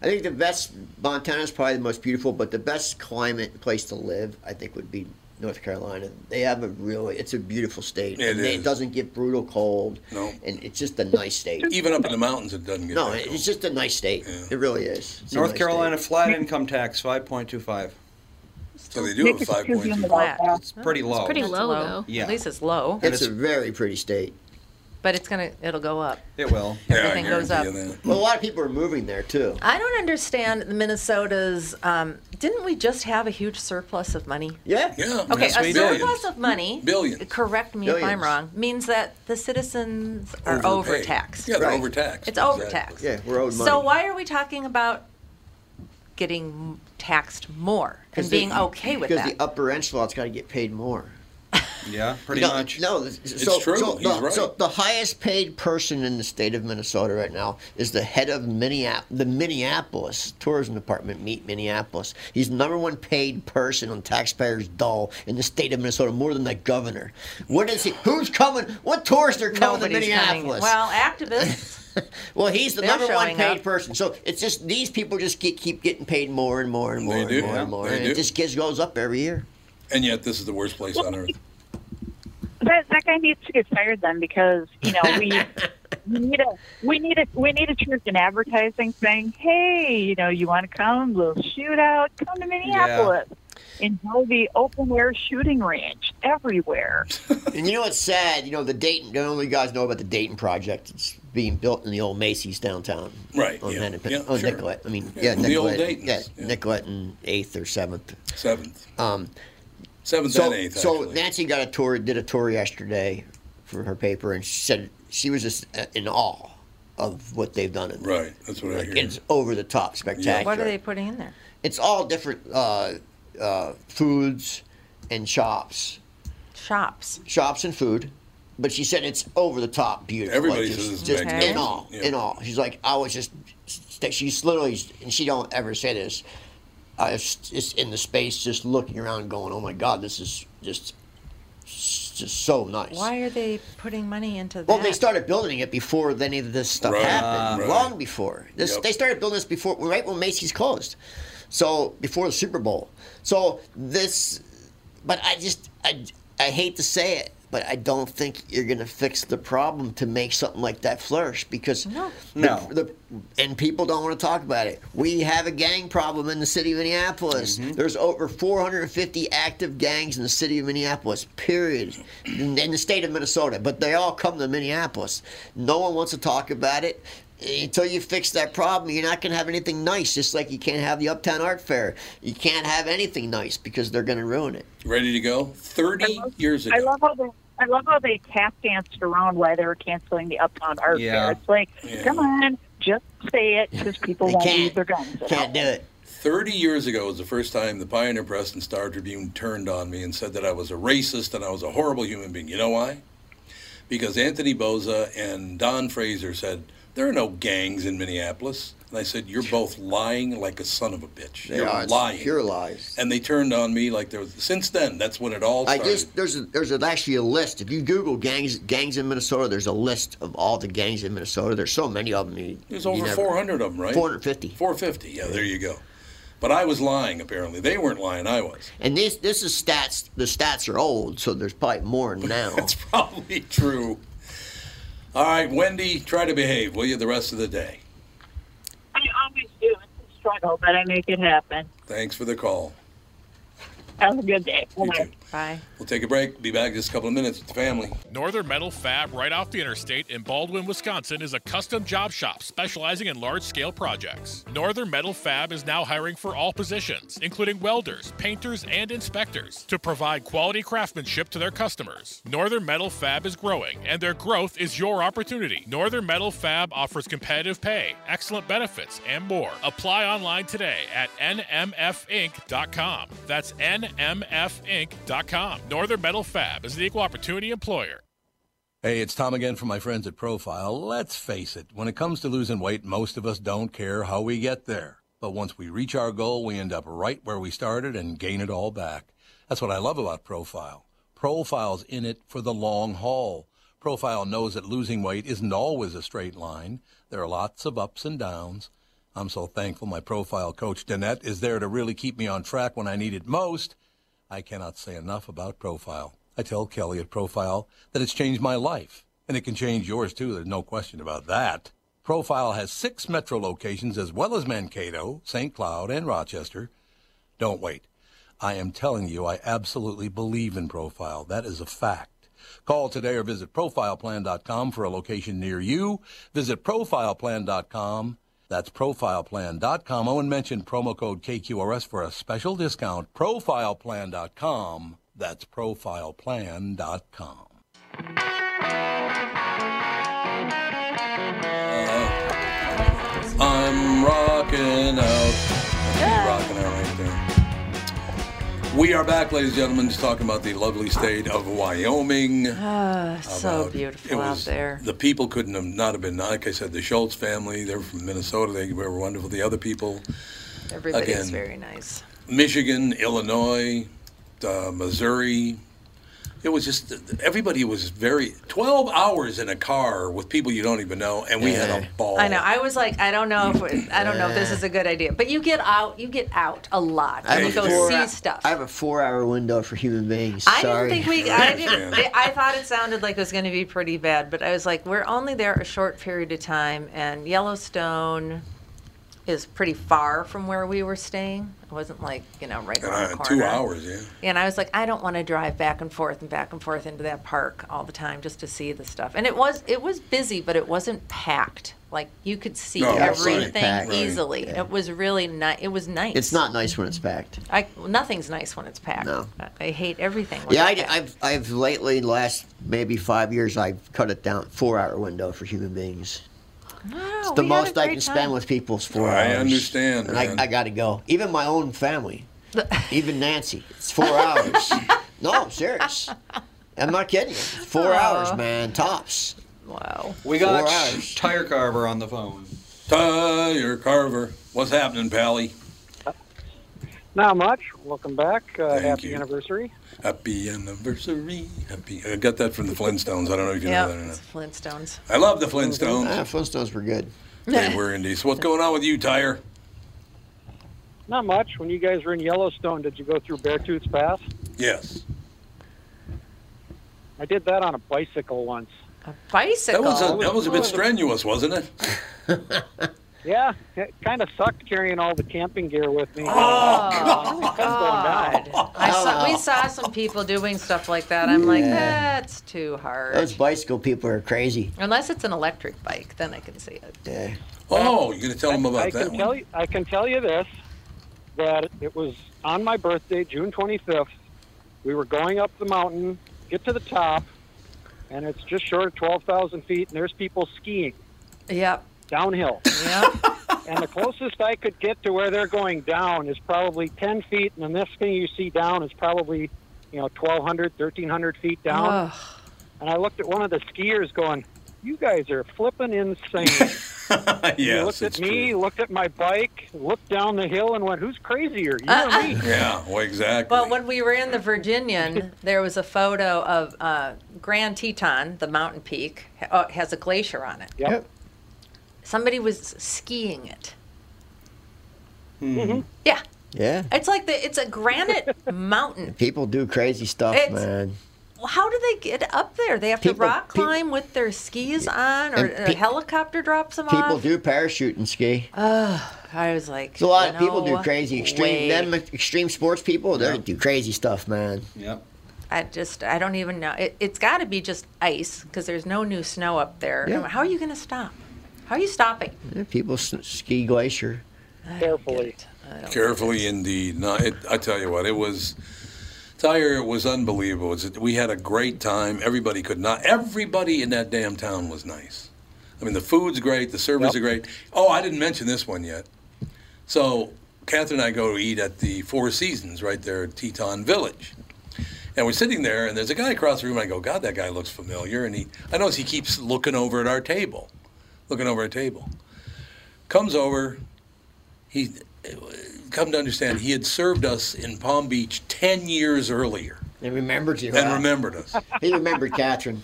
S2: I think the best Montana's probably the most beautiful, but the best climate place to live, I think, would be North Carolina. They have a really, it's a beautiful state.
S1: It
S2: and they-
S1: is.
S2: It doesn't get brutal cold.
S1: No.
S2: and it's just a nice state.
S1: even up in the mountains, it doesn't get
S2: No,
S1: that cold.
S2: it's just a nice state. It really is. It's a
S4: North
S2: nice
S4: Carolina
S2: state.
S4: flat income tax five point two five.
S1: so they do have a
S8: Nick is choosing
S1: 5.2.
S8: about
S3: flat.
S8: that.
S4: It's pretty low.
S5: pretty low, though.
S4: Yeah.
S3: At least it's low,
S4: and
S2: It's a
S4: it's-
S2: very pretty state.
S3: but it's gonna it'll go up.
S4: It will.
S1: Yeah, I
S3: Everything goes up.
S1: guarantee you that.
S2: Well, a lot of people are moving there too.
S3: I don't understand Minnesota's. Um, didn't we just have a huge surplus of money?
S2: Yeah.
S1: Yeah.
S3: Okay,
S1: yes,
S3: a
S1: we did.
S3: surplus of money.
S1: Billions.
S3: Correct me if I'm
S2: Billions.
S3: wrong. Means that the citizens are
S1: Overpay.
S3: overtaxed.
S1: Yeah, they're
S2: Right.
S1: overtaxed.
S3: It's overtaxed.
S2: Yeah, we're owed money.
S3: So why are we talking about getting taxed more and being okay with
S2: Because
S3: that?
S2: the upper echelon's got to get paid more.
S4: Yeah, pretty
S2: no,
S4: much.
S2: No, th- so,
S1: true.
S2: So,
S1: He's
S2: the,
S1: right.
S2: so the highest paid person in the state of Minnesota right now is the head of Minneap- the Minneapolis Tourism Department, Meet Minneapolis. He's the number one paid person on taxpayers' dole in the state of Minnesota, more than the governor. What is he? Who's coming? What tourists are coming to
S3: Nobody's coming.
S2: Minneapolis?
S3: Well, activists.
S1: (laughs)
S2: Well, he's the
S3: They're
S2: number one
S3: showing
S2: paid
S3: up.
S2: person. So it's just these people just get, keep getting paid more and more and more
S1: They
S2: and
S1: do,
S2: more
S1: yeah,
S2: and more,
S1: they
S2: and
S1: do.
S2: it just gets, goes up every year.
S1: And yet, this is the worst place on earth.
S8: That that guy needs to get fired then because you know
S2: (laughs)
S8: we we need a we need a we need a church in advertising saying hey you know you want to come little shootout come to Minneapolis enjoy the open air shooting range everywhere
S2: And you know what's sad? You know the Dayton. The only guys know about the Dayton project. It's being built in the old Macy's downtown.
S1: Right,
S2: On,
S1: yeah,
S2: Manapin-
S1: yeah,
S2: on
S1: sure.
S2: Nicollet. I mean, yeah,
S1: the old
S2: Nicollet.
S1: Daytons,
S2: yeah,
S1: yeah.
S2: Nicollet and Eighth or Seventh.
S1: Seventh.
S2: Um,
S1: Seventh
S2: so,
S1: and eighth.
S2: so
S1: actually.
S2: Nancy got a tour, did a tour yesterday for her paper, and she said she was just uh, in awe of what they've done. In there.
S1: Right. That's what I
S2: Like
S1: hear.
S2: it's over the top, spectacular.
S3: what are they putting in there?
S2: It's all different uh, uh, foods and shops,
S3: Shops.
S2: shops and food. But she said it's over the top beautiful.
S1: Everybody
S2: like,
S1: says
S2: just,
S1: it's
S2: just
S3: magnificent.
S2: in all,
S1: Yeah.
S2: in all. She's like, I was just. She's literally, and she don't ever say this. I was just in the space, just looking around, going, "Oh my God, this is just, just so nice."
S3: Why are they putting money into that?
S2: Well, they started building it before any of this stuff
S1: Right,
S2: happened.
S1: right.
S2: Long before this,
S1: Yep.
S2: they started building this before, right when Macy's closed. So before the Super Bowl. So this, but I just I, I hate to say it, but I don't think you're gonna fix the problem to make something like that flourish because
S3: No.
S4: No.
S2: the, and people don't want to talk about it. We have a gang problem in the city of Minneapolis. There's over 450 active gangs in the city of Minneapolis, period, in, in the state of Minnesota. But they all come to Minneapolis. No one wants to talk about it. Until you fix that problem, you're not going to have anything nice, just like you can't have the Uptown Art Fair. You can't have anything nice because they're going to ruin it.
S1: Ready to go? 30 years ago.
S8: I love how they I love how they tap danced around why they were canceling the Uptown Art
S4: Yeah.
S8: Fair it's like
S1: Yeah.
S8: come on just say it because people
S2: They
S8: won't
S2: can't.
S8: leave their guns at
S2: Can't do it.
S1: 30 years ago was the first time the Pioneer Press and Star Tribune turned on me and said that I was a racist and I was a horrible human being. You know why? Because Anthony Boza and Don Fraser said, There are no gangs in Minneapolis. And I said, You're both lying like a son of a bitch.
S2: They
S1: You're
S2: are. It's
S1: lying.
S2: Pure lies.
S1: and they turned on me like there was. Since then, that's when it all
S2: I
S1: started.
S2: just there's a, there's a, actually a list. If you Google gangs gangs in Minnesota, there's a list of all the gangs in Minnesota. There's so many of them. You,
S1: There's
S2: you
S1: over
S2: never-
S1: 400 of them, right?
S2: 450.
S1: 450. Yeah, there you go. But I was lying, apparently. They weren't lying, I was.
S2: And this this is stats. The stats are old, so there's probably more now.
S1: (laughs) That's probably true. All right, Wendy, try to behave, will you, the rest of the day?
S8: I always do. It's a struggle, but I make it happen.
S1: Thanks for the call.
S8: Have a good day.
S1: You
S8: Bye.
S1: too.
S3: Bye.
S1: We'll take a break. Be back in just a couple of minutes with the family.
S9: Northern Metal Fab, right off the interstate in Baldwin, Wisconsin, is a custom job shop specializing in large scale projects. Northern Metal Fab is now hiring for all positions, including welders, painters, and inspectors, to provide quality craftsmanship to their customers. Northern Metal Fab is growing, and their growth is your opportunity. Northern Metal Fab offers competitive pay, excellent benefits, and more. Apply online today at nmfinc.com. That's nmfinc.com. Northern Metal Fab is an equal opportunity employer.
S1: Hey, it's Tom again from my friends at Profile. Let's face it, when it comes to losing weight, most of us don't care how we get there. But once we reach our goal, we end up right where we started and gain it all back. That's what I love about Profile. Profile's in it for the long haul. Profile knows that losing weight isn't always a straight line. There are lots of ups and downs. I'm so thankful my profile coach, Danette, is there to really keep me on track when I need it most. I cannot say enough about Profile. I tell Kelly at Profile that it's changed my life, and it can change yours too. There's no question about that. Profile has six metro locations as well as Mankato, St. Cloud, and Rochester. Don't wait. I am telling you, I absolutely believe in Profile. That is a fact. Call today or visit profileplan.com for a location near you. Visit profileplan.com. That's profileplan.com. Oh, and mention promo code KQRS for a special discount. Profileplan.com. That's profileplan.com. I'm rocking out. I'm rocking out right there. We are back, ladies and gentlemen, just talking about the lovely state of Wyoming.
S3: Ah, so
S1: about-
S3: beautiful
S1: Oh, it
S3: out
S1: was-
S3: there.
S1: The people couldn't have not have been like I said. The Schultz family, they're from Minnesota. They were wonderful. The other people,
S3: Everybody's
S1: again.
S3: very nice.
S1: Michigan, Illinois, uh, Missouri. It was just everybody was very twelve hours in a car with people you don't even know, and we had a ball.
S3: I know. I was like, I don't know if it- I don't know if this is a good idea, but you get out, you get out a lot.
S2: I have
S3: You
S2: a
S3: go
S2: four-
S3: see stuff.
S2: I have a four-hour window for human beings.
S3: I
S2: Sorry.
S3: didn't think
S1: (laughs)
S3: we. I didn't.
S1: Yeah.
S3: I thought it sounded like it was going to be pretty bad, but I was like, we're only there a short period of time, and Yellowstone is pretty far from where we were staying. It wasn't like you know right around the
S1: Uh,
S3: corner.
S1: two hours, yeah.
S3: And I was like, I don't want to drive back and forth and back and forth into that park all the time just to see the stuff. And it was it was busy, but it wasn't packed. Like you could see
S1: No,
S2: it's not
S3: everything
S2: packed. Right.
S3: easily. It was really nice. It was nice.
S2: It's not nice when it's packed.
S3: I, nothing's nice when it's packed.
S2: No.
S3: I, I hate everything. When
S2: Yeah,
S3: it's
S2: I,
S3: packed.
S2: I've I've lately last maybe five years I've cut it down four-hour window for human beings.
S3: Wow,
S2: It's the
S3: Oh, we had a
S2: most I
S3: great
S2: can
S3: time.
S2: spend with people is four
S1: I
S2: hours.
S1: understand,
S2: And
S1: man.
S2: I, I got to go. Even my own family, (laughs) even Nancy, it's four
S3: (laughs)
S2: hours. no, I'm serious. I'm not kidding. you. It's
S3: Oh.
S2: Four hours, man, tops.
S3: Wow.
S4: We
S2: Four
S4: got
S2: hours.
S4: Tire Carver on the phone.
S1: Tyler Carver, what's happening, Pally?
S10: Not much. Welcome back. Uh,
S1: Thank
S10: happy
S1: you.
S10: anniversary.
S1: Happy anniversary. Happy. I got that from the Flintstones. I don't know if you
S3: Yeah,
S1: know that or
S3: it's
S1: not. (laughs)
S3: Flintstones.
S1: I love
S2: (laughs)
S1: the Flintstones.
S2: Ah, Flintstones were good.
S1: They were indeed. So what's going on with you, Tyre?
S10: Not much. When you guys were in Yellowstone, did you go through Beartooth's Pass?
S1: Yes.
S10: I did that on a bicycle once.
S3: A (laughs) bicycle.
S1: That was a, that was a bit strenuous, wasn't it?
S10: Yeah, it kind of sucked carrying all the camping gear with me. (laughs)
S3: Oh, God. I saw,
S2: Oh.
S3: we saw some people doing stuff like that. I'm like, that's too hard.
S2: Those bicycle people are crazy.
S3: Unless it's an electric bike, then I can see it.
S2: Yeah.
S1: Oh, you're going to tell them about
S10: I
S1: that
S10: can
S1: one.
S10: tell you. I can tell you this: that it was on my birthday, June 25th. We were going up the mountain, get to the top, and it's just short of 12,000 feet, and there's people skiing
S3: Yep.
S1: (laughs)
S10: downhill.
S3: Yep.
S2: (laughs)
S10: and the closest I could get to where they're going down is probably 10 feet, and the next thing you see down is probably, you know, 1,200, 1,300 feet down.
S3: Ugh.
S10: And I looked at one of the skiers going, you guys are flipping insane. He
S1: (laughs) yes,
S10: looked
S1: it's
S10: at me,
S1: true.
S10: looked at my bike, looked down the hill, and went, "Who's crazier, you
S3: Uh,
S10: or me?"
S1: Yeah, well, exactly.
S3: Well, when we were in the Virginian, there was a photo of uh, Grand Teton, the mountain peak, ha- oh, it has a glacier on it.
S10: Yep.
S3: Somebody was skiing it. Mm-hmm. Yeah,
S2: Yeah.
S3: It's like the, it's a granite mountain.
S2: People do crazy stuff,
S3: It's-
S2: man.
S3: How do they get up there? They have to
S2: People-
S3: rock climb with their skis on, or
S2: And
S3: a
S2: pe-
S3: helicopter drops them
S2: People
S3: off.
S2: do parachute and ski.
S3: Ugh, I was like,
S2: There's a lot of people do
S3: no
S2: crazy
S3: way.
S2: extreme. Them extreme sports people, they
S3: Yeah.
S2: do crazy stuff, man.
S4: Yep.
S3: I just, I don't even know. It, it's got to be just ice because there's no new snow up there.
S2: Yeah.
S3: How are you going to stop? How are you stopping?
S2: Yeah, people s- ski glacier.
S10: Carefully.
S1: Carefully, indeed. No, it, I tell you what, it was. Tire was unbelievable. It's, we had a great time. Everybody could not. Everybody in that damn town was nice. I mean, the food's great. The service are great. Oh, I didn't mention this one yet. So, Catherine and I go to eat at the Four Seasons right there at Teton Village. And we're sitting there, and there's a guy across the room. And I go, God, that guy looks familiar. And he, I notice he keeps looking over at our table, looking over at our table. Comes over. He come to understand he had served us in Palm Beach 10 years earlier.
S2: And remembered you.
S1: And
S2: huh?
S1: remembered
S10: (laughs)
S1: us.
S2: He remembered Catherine.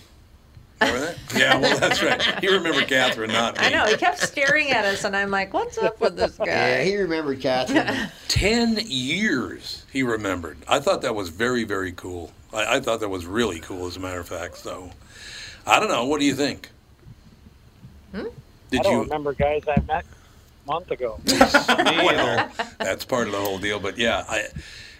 S1: Remember that? Yeah, well, that's right. You remember Catherine, not me.
S3: I know. He kept staring at us, and I'm like, what's up with this guy?
S2: (laughs) Yeah, he remembered
S3: (laughs)
S2: Catherine.
S1: 10 years he remembered. I thought that was very, very cool. I, I thought that was really cool, as a matter of fact. So, I don't know. What do you think? Did
S10: Hmm? I don't
S1: you?
S10: remember guys I met a month
S1: (laughs)
S10: ago.
S1: well, (laughs) that's part of the whole deal. But yeah, I,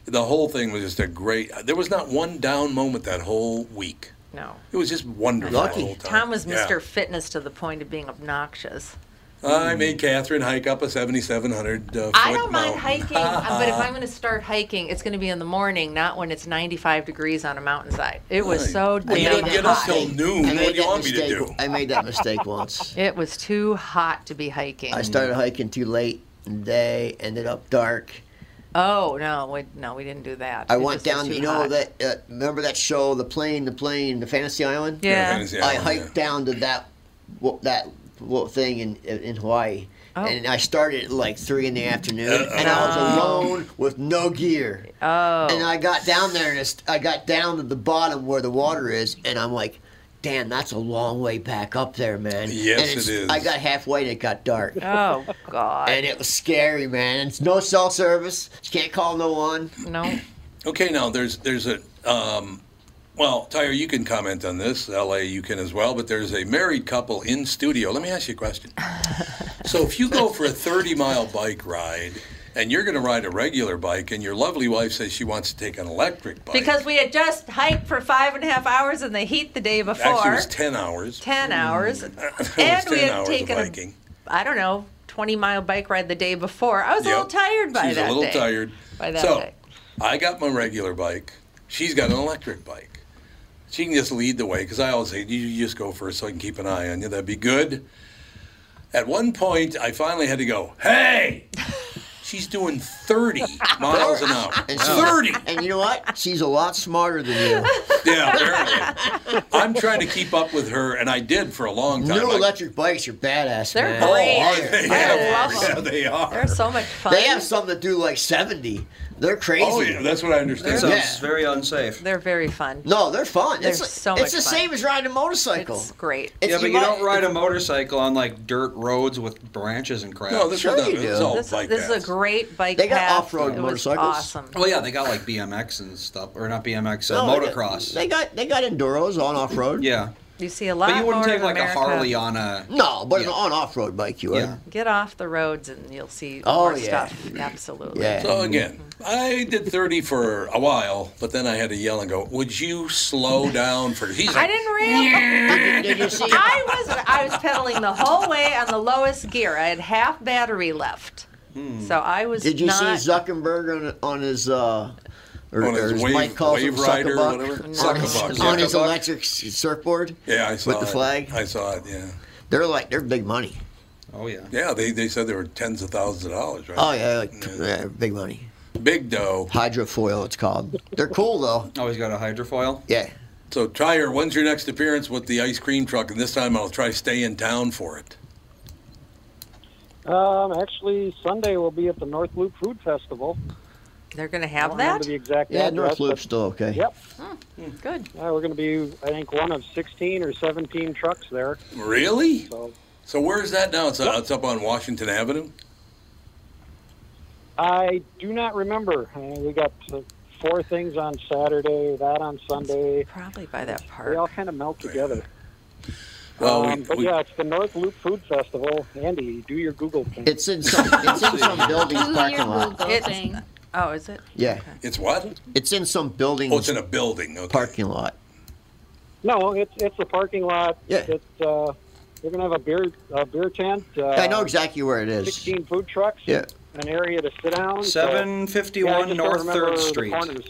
S1: the whole thing was just a great. There was not one down moment that whole week.
S3: No.
S1: It was just wonderful. The whole time.
S3: Tom was
S1: Yeah.
S3: Mr. Fitness to the point of being obnoxious.
S1: I made Catherine hike up a 7,700 uh, foot
S3: I don't mind
S1: mountain.
S3: hiking, uh, but if I'm going to start hiking, it's going to be in the morning, not when it's 95 degrees on a mountainside. It was so
S1: We
S3: damn
S1: didn't get up
S3: hot.
S1: till noon.
S2: I made
S1: What do you
S2: that
S1: want me to
S2: mistake-
S1: do?
S2: I made that mistake once.
S3: It was too hot to be hiking.
S2: I
S1: Mm.
S2: started hiking too late in the day, ended up dark.
S3: Oh no, we, no, we didn't do that.
S2: I
S3: It
S2: went
S3: just was
S2: down,
S3: too
S2: you know,
S3: hot.
S2: that, uh, remember that show, The Plane, The Plane, The Fantasy Island?
S3: Yeah. Yeah, Fantasy
S2: I
S1: oh,
S3: Island,
S2: hiked down to that wo- that wo- thing in, in Hawaii.
S3: Oh.
S2: And I started at like 3 in the afternoon, and I was
S3: Uh-oh.
S2: alone with no gear.
S3: Oh.
S2: And I got down there, and it's, I got down to the bottom where the water is, and I'm like, damn, that's a long way back up there, man.
S1: Yes,
S2: and
S1: it
S2: it's-
S1: is.
S2: I got halfway, and it got
S3: (laughs)
S2: dark.
S3: Oh God.
S2: And it was scary, man. It's no cell service. You can't call no one. (laughs)
S3: No.
S1: (laughs) Okay, now there's there's a um, well, Tyre, you can comment on this. LA, you can as well. But there's a married couple in studio. Let me ask you a
S3: (laughs)
S1: question. so if you go for a 30 mile bike ride, and you're going to ride a regular bike, and your lovely wife says she wants to take an electric bike,
S3: Because we had just hiked for five and a half hours in the heat the day before.
S1: actually it was 10 hours.
S3: 10 hours.
S1: (laughs)
S3: and
S1: it was
S3: we
S1: 10
S3: had
S1: hours
S3: taken
S1: of biking.
S3: a, I don't know, 20 mile bike ride the day before. I was a
S1: Yep.
S3: little tired (laughs) by
S1: She's
S3: that
S1: a little
S3: day.
S1: tired.
S3: by that
S1: so,
S3: day.
S1: I got my regular bike. She's got an electric bike. She can just lead the way because I always say, you you just go first so I can keep an eye on you. That'd be good. At one point, I finally had to go,
S3: (laughs)
S1: hey! She's doing 30 miles an hour.
S2: And
S1: (laughs)
S2: she's-
S1: 30!
S2: And you know what? She's a lot smarter than
S1: (laughs)
S2: you.
S1: Yeah, apparently. I'm trying to keep up with her, and I did for a long time.
S2: New
S1: I-
S2: electric bikes are badass,
S3: They're
S2: man.
S1: oh,
S3: great.
S1: are they? Yeah,
S3: love 'em.
S1: yeah, they are.
S3: They're so much fun.
S2: They have some that do like 70. They're crazy.
S1: Oh, yeah, that's what I
S4: That
S1: understand.
S4: sounds
S2: Yeah.
S4: very unsafe.
S3: They're very fun.
S2: No, they're fun.
S3: They're
S2: it's like-
S3: so
S2: it's
S3: much
S2: the
S3: fun.
S2: same as riding a motorcycle.
S3: It's great.
S2: It's-
S4: yeah, but you,
S2: might-
S4: don't ride a motorcycle on like dirt roads with branches and crap.
S1: No, this
S2: Sure
S1: is not,
S2: you
S1: this is
S2: do.
S1: all
S3: This,
S1: bike
S3: this is
S1: paths.
S3: a great bike
S2: They got
S3: path.
S2: off-road
S3: It was
S2: motorcycles.
S3: awesome.
S4: Well, yeah, they got like BMX and stuff, or not BMX, uh,
S2: No, they got-
S4: motocross.
S2: They got they got enduros on off road.
S4: yeah,
S3: You see a lot
S4: but you wouldn't
S3: more
S4: take
S3: in
S4: like
S3: America.
S4: a Harley on a.
S2: No, but an
S4: Yeah.
S2: on off road bike you
S4: Yeah.
S2: are.
S3: Get off the roads and you'll see
S2: Oh,
S3: more
S2: yeah.
S3: stuff. Absolutely.
S2: Yeah.
S1: So again, I did 30 for a while, but then I had to yell and go, "Would you
S2: (laughs)
S1: slow down?" For he's
S3: I
S1: like,
S3: didn't realize.
S2: Did you see?
S3: I was I was pedaling the whole way on the lowest gear. I had half battery left, so I was.
S2: Did you
S3: not,
S2: see Zuckerberg on, on his uh, or,
S1: On
S2: or
S1: his
S2: as
S1: wave-
S2: Mike calls
S1: wave
S2: him,
S1: rider or
S2: Suckabuck?
S1: whatever?
S2: On
S1: Suckabuck,
S2: his,
S1: yeah.
S2: on his
S1: Suckabuck.
S2: electric s- surfboard.
S1: Yeah, I saw
S2: with the
S1: it.
S2: flag.
S1: I saw it. Yeah,
S2: They're like they're big money.
S4: Oh yeah.
S1: yeah. They, they said there were tens of thousands of dollars, right?
S2: Oh yeah, like,
S1: Mm.
S2: yeah, big money.
S1: Big dough.
S2: Hydrofoil, it's called. They're cool though.
S4: Always Oh, got a hydrofoil.
S2: Yeah.
S1: So Tyre, when's your next appearance with the ice cream truck? And this time I'll try to stay in town for it.
S10: Um, actually, Sunday we'll be at the North Loop Food Festival.
S3: They're going to
S10: I
S3: have
S10: don't remember
S3: that.
S10: the exact
S2: Yeah,
S10: address,
S2: North Loop's
S10: but-
S2: still okay.
S10: Yep.
S3: Good.
S10: Yeah, we're going to be, I think, one of 16 or 17 trucks there.
S1: Really?
S10: So
S1: So where's that now? It's, uh, it's up on Washington Avenue.
S10: I do not remember. Uh, we got uh, four things on Saturday, that on Sunday.
S3: Probably by that park.
S10: They all kind of melt together.
S2: Oh,
S1: Well, we-
S10: um, but
S1: we-
S10: yeah, it's the North Loop Food Festival. Andy, do your Google thing.
S2: It's in some. It's
S1: (laughs)
S2: in some building's parking lot.
S3: It's- Oh, is it?
S2: Yeah.
S1: It's what?
S2: It's in some building.
S1: Oh, it's in a building. Okay.
S2: Parking lot.
S10: No, it's it's the parking lot.
S2: Yeah.
S10: It's uh, they're gonna have a beer a beer tent. Uh,
S2: I know exactly where it is.
S10: Sixteen food trucks.
S2: Yeah.
S10: An area to sit down. so-
S4: 751
S10: Yeah, I just don't
S4: North
S10: remember
S4: 3rd
S10: the
S4: Street.
S10: corners.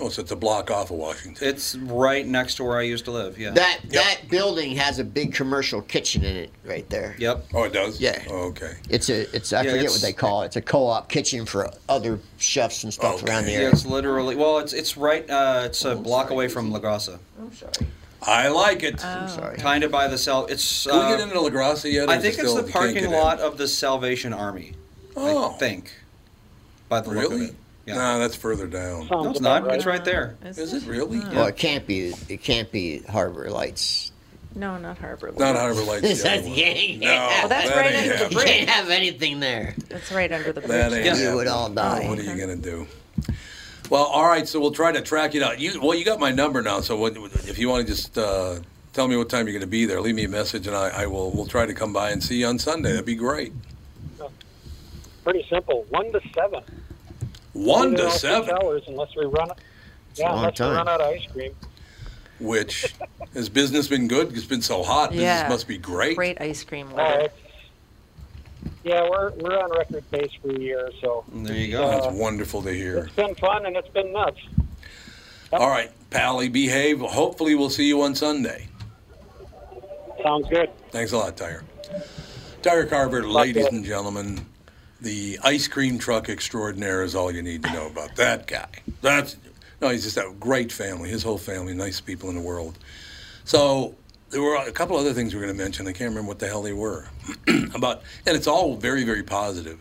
S1: Oh, so it's a block off of Washington.
S4: It's right next to where I used to live. Yeah.
S2: That that building has a big commercial kitchen in it right there.
S4: Yep.
S1: Oh, it does.
S2: Yeah.
S1: Oh, okay.
S2: It's a it's I
S4: Yeah,
S2: forget
S4: it's-
S2: what they call it. It's a co-op kitchen for other chefs and stuff around the
S4: Oh, Yeah,
S2: area.
S4: it's literally well, it's it's right. Uh, it's a block away from Lagasa,
S3: I'm sorry.
S1: I like it.
S2: I'm sorry.
S4: kind of by the cell. It's.
S1: Can
S4: uh,
S1: we get into La Grasse yet? or
S4: I
S1: is it
S4: think it's
S1: still-
S4: the
S1: you can't get
S4: parking
S1: in?
S4: lot of the Salvation Army.
S1: Oh,
S4: I think. By the look
S1: really?
S4: of it. Yeah.
S1: Nah, that's further down.
S10: Sounds
S4: No, it's
S10: about
S4: not. It's right there.
S1: Is it really?
S2: Well, it can't be it can't be Harbor Lights.
S3: No, not Harbor. Light.
S1: Not Harbor
S2: That's
S1: Lights. the other one.
S2: yeah.
S1: No,
S3: Well, that's
S1: that
S3: right
S1: ain't
S3: under the
S1: happening.
S2: You can't have anything there.
S3: It's right under the
S1: That ain't
S3: bridge.
S4: Yeah. Oh,
S1: happening.
S2: You would all die.
S1: What are you gonna do? Well, all right. So we'll try to track it out. You well, you got my number now. So what, if you want to just uh, tell me what time you're gonna be there, leave me a message, and I, I will. We'll try to come by and see you on Sunday. That'd be great.
S10: Pretty simple. One to seven.
S1: One
S10: They're
S1: to
S10: all six
S1: seven,
S10: hours unless we run. Yeah,
S2: a long
S10: unless
S2: time.
S10: we run out of ice cream.
S1: which has business been good? It's been so hot.
S3: Yeah.
S1: Business must be great.
S3: Great ice cream
S10: No,
S3: weather.
S10: it's, yeah, we're we're on record pace for a year, so
S4: There you go.
S1: That's wonderful to hear.
S10: it's been fun and it's been nuts.
S1: All right, Pally, behave. Hopefully, we'll see you on Sunday.
S10: Sounds good.
S1: Thanks a lot, Tiger. Tiger Carver, ladies and gentlemen, the ice cream truck extraordinaire is all you need to know about that guy. That's no, he's just a great family. His whole family, nice people in the world. So there were a couple other things we were going to mention. I can't remember what the hell they were (clears throat) about, and it's all very, very positive.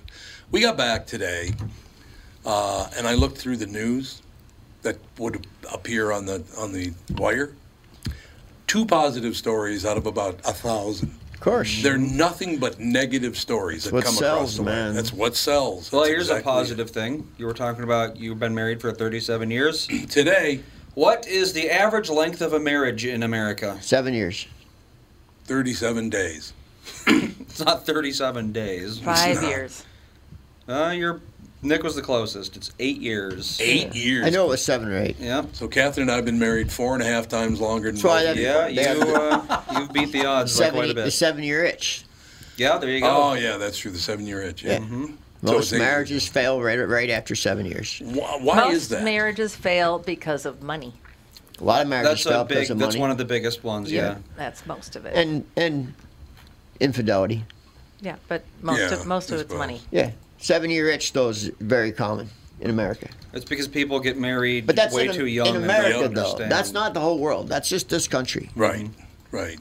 S1: We got back today, uh, and I looked through the news that would appear on the on the wire. Two positive stories out of about a thousand.
S2: Of course.
S1: They're nothing but negative stories that
S2: what
S1: come
S2: sells,
S1: across the way.
S2: man.
S1: That's what sells.
S4: Well,
S1: That's
S4: here's
S1: exactly
S4: a positive thing. You were talking about you've been married for 37 years.
S1: it. Today,
S4: what is the average length of a marriage in America?
S2: Seven years.
S1: 37 days.
S4: It's not 37 days.
S3: Five years.
S4: (laughs) Uh, your Nick was the closest. It's eight years.
S1: Eight years.
S2: I know it was seven or eight.
S4: Yeah.
S1: So Catherine and I have been married four and a half times longer than
S2: That's why that-
S1: most people.
S4: Yeah, you
S2: They have to-
S4: uh, (laughs) you beat the odds by
S2: Seven,
S4: quite a
S2: the
S4: bit.
S2: seven-year itch.
S4: Yeah, there you go.
S1: Oh, yeah, that's true. The seven-year itch. Yeah.
S2: Yeah. Mm-hmm.
S1: So
S2: Most
S1: it's eight-
S2: marriages fail right right after seven years.
S1: Why, why
S3: Most
S1: is that?
S3: marriages fail because of money.
S2: A lot of marriages
S4: That's
S2: fail
S4: a
S2: because
S4: big.
S2: of
S4: That's
S2: money
S4: one of the biggest ones. Yeah.
S3: That's most of it.
S2: and and infidelity.
S3: yeah, but most
S1: Yeah,
S3: of most of
S1: I
S3: it's money.
S2: Yeah, seven-year itch though is very common in America.
S4: It's because people get married
S2: But that's
S4: way
S2: in,
S4: too young.
S2: in
S4: and they
S2: America
S4: don't
S2: though.
S4: understand.
S2: That's not the whole world. That's just this country.
S1: Right, right.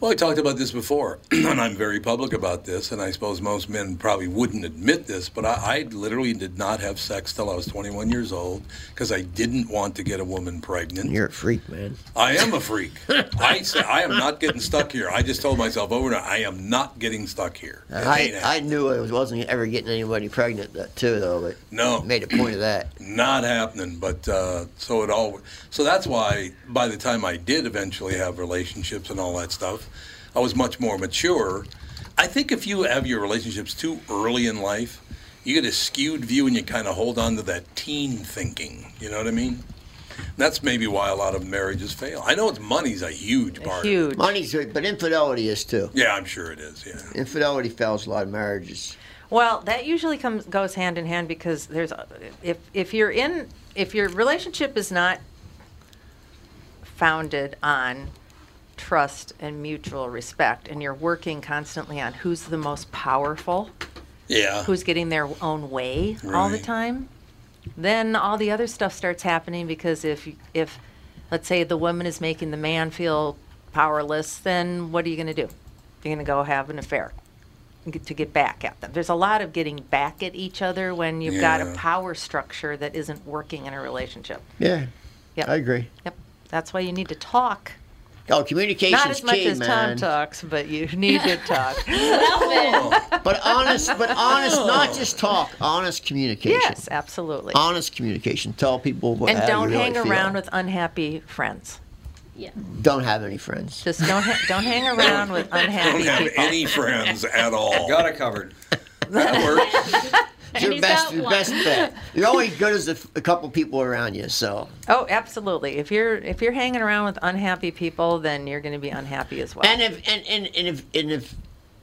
S1: Well, I talked about this before, (clears throat) and I'm very public about this, and I suppose most men probably wouldn't admit this, but I, I literally did not have sex till I was 21 years old because I didn't want to get a woman pregnant.
S2: You're a freak, man.
S1: I am a freak. I say I am not getting stuck here. I just told myself over and over, I am not getting stuck here. It ain't
S2: Uh, I, I
S1: happening.
S2: knew I was- wasn't ever getting anybody pregnant that too though, but
S1: No.
S2: made a point of
S4: (clears throat)
S2: that.
S1: not happening. But uh, so it all. So that's why by the time I did eventually have relationships and all that stuff, I was much more mature. I think if you have your relationships too early in life, you get a skewed view and you kind of hold on to that teen thinking. You know what I mean? That's maybe why a lot of marriages fail. I know it's money's a huge part. of it.
S3: Huge.
S2: Money's great, but infidelity is too.
S1: Yeah, I'm sure it is. Yeah.
S2: Infidelity fails a lot of marriages.
S3: Well, that usually comes goes hand in hand because there's if if you're in if your relationship is not founded on trust and mutual respect and you're working constantly on who's the most powerful,
S1: Yeah.
S3: who's getting their own way all the
S1: Right.
S3: time, then all the other stuff starts happening because if if let's say the woman is making the man feel powerless, then what are you going to do? You're going to go have an affair and get- to get back at them. There's a lot of getting back at each other when you've got a
S1: Yeah.
S3: power structure that isn't working in a relationship.
S2: Yeah,
S3: Yep.
S2: I agree.
S3: Yep. That's why you need to talk
S2: Oh, communication's
S3: Not as much
S2: key,
S3: as Tom
S2: man.
S3: talks, but you need to talk.
S2: but honest,
S3: (laughs)
S2: but honest, not just talk. Honest communication.
S3: Yes, absolutely.
S2: Honest communication. Tell people what
S3: and
S2: how you
S3: don't
S2: really
S3: hang
S2: feel.
S3: around with unhappy friends. Yeah.
S2: Don't have any friends.
S3: Just don't ha-
S2: (laughs)
S3: don't hang around with unhappy
S2: Don't have
S1: (laughs)
S3: people.
S1: Any friends at all?
S4: Got it covered.
S1: (laughs)
S2: It's your
S3: he's
S2: best,
S3: got
S2: your
S3: one.
S2: best (laughs) bet. You're only good as a, f- a couple people around you. So
S3: Oh, absolutely. If you're if you're hanging around with unhappy people, then you're going to be unhappy as well.
S2: And if and, and, and if and if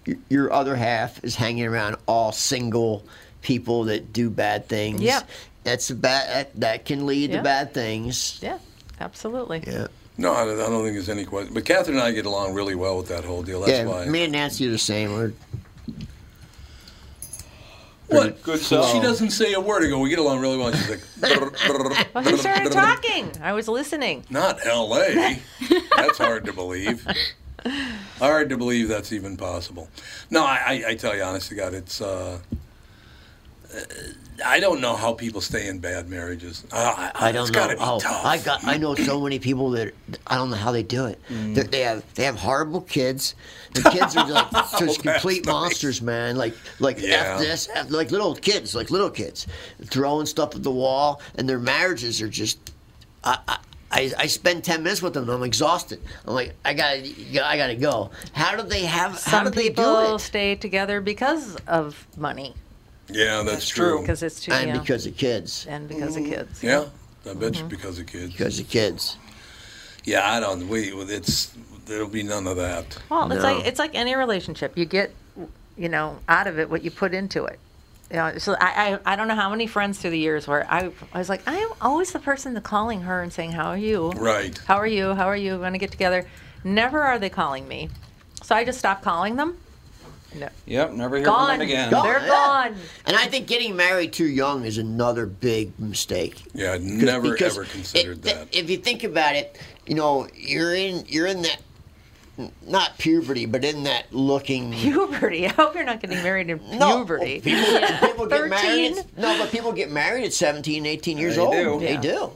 S2: y- your other half is hanging around all single people that do bad things,
S3: Yep.
S2: that's a bad. That, that can lead
S3: Yeah.
S2: to bad things.
S3: Yeah, absolutely.
S2: Yeah.
S1: No, I don't I don't think there's any question. But Catherine and I get along really well with that whole deal. That's
S2: yeah,
S1: why.
S2: me and Nancy are the same. We're
S1: what?
S2: Good
S1: She
S2: flow.
S1: doesn't say a word. I go, we get along really well. She's (laughs) like, "Brr, brr,
S3: Well,
S1: brr,
S3: he started
S2: (laughs)
S1: brr."
S3: talking. I was listening.
S1: Not (laughs) L.A. That's hard to believe. Hard to believe that's even possible. No, I, I, I tell you, honest to God, it's. Uh, uh, I don't know how people stay in bad marriages. Uh,
S2: I don't
S1: it's
S2: know.
S1: gotta be
S2: oh,
S1: tough.
S2: I got. I know so many people that I don't know how they do it.
S1: Mm.
S2: They- They have they have horrible kids.
S1: (laughs)
S2: The kids are like just complete monsters, man. Like like
S1: Oh, Yeah.
S2: f this, f, like little kids, like little kids, throwing stuff at the wall, and their marriages are just. I, I, I, I spend ten minutes with them. and I'm exhausted. I'm like, I gotta, I gotta go. How do they have?
S3: Some
S2: how do they
S3: people
S2: do it?
S3: stay together because of money
S1: Yeah, that's, true.
S3: Because it's too-
S2: And
S3: yeah.
S2: because Mm-hmm. of kids.
S3: and because of kids.
S1: Yeah, I bet
S2: Mm-hmm.
S1: you because of kids.
S2: Because of kids.
S1: Yeah, I don't. We it's there'll be none of that.
S3: Well, it's like it's like any relationship. You get, you know, out of it what you put into it. You know, so I, I I don't know how many friends through the years where I I was like I am always the person that calling her and saying how are you
S1: Right.
S3: how are you how are you going to get together. Never are they calling me, so I just stopped calling them. No.
S4: Yep, never hear from
S3: Gone.
S4: them again.
S3: They're gone. (laughs)
S2: And I think getting married too young is another big mistake.
S1: Yeah, I'd
S2: Because-
S1: never
S2: because
S1: ever considered
S2: th-
S1: that.
S2: If you think about it, you know, you're in you're in that not puberty, but in that looking
S3: Puberty. I hope you're not getting married in
S2: (laughs) No,
S3: puberty.
S2: people, people get married.
S3: 13?
S2: at- no, but people get married at 17, 18 years
S4: They
S2: old.
S4: do.
S2: They
S3: Yeah.
S2: do.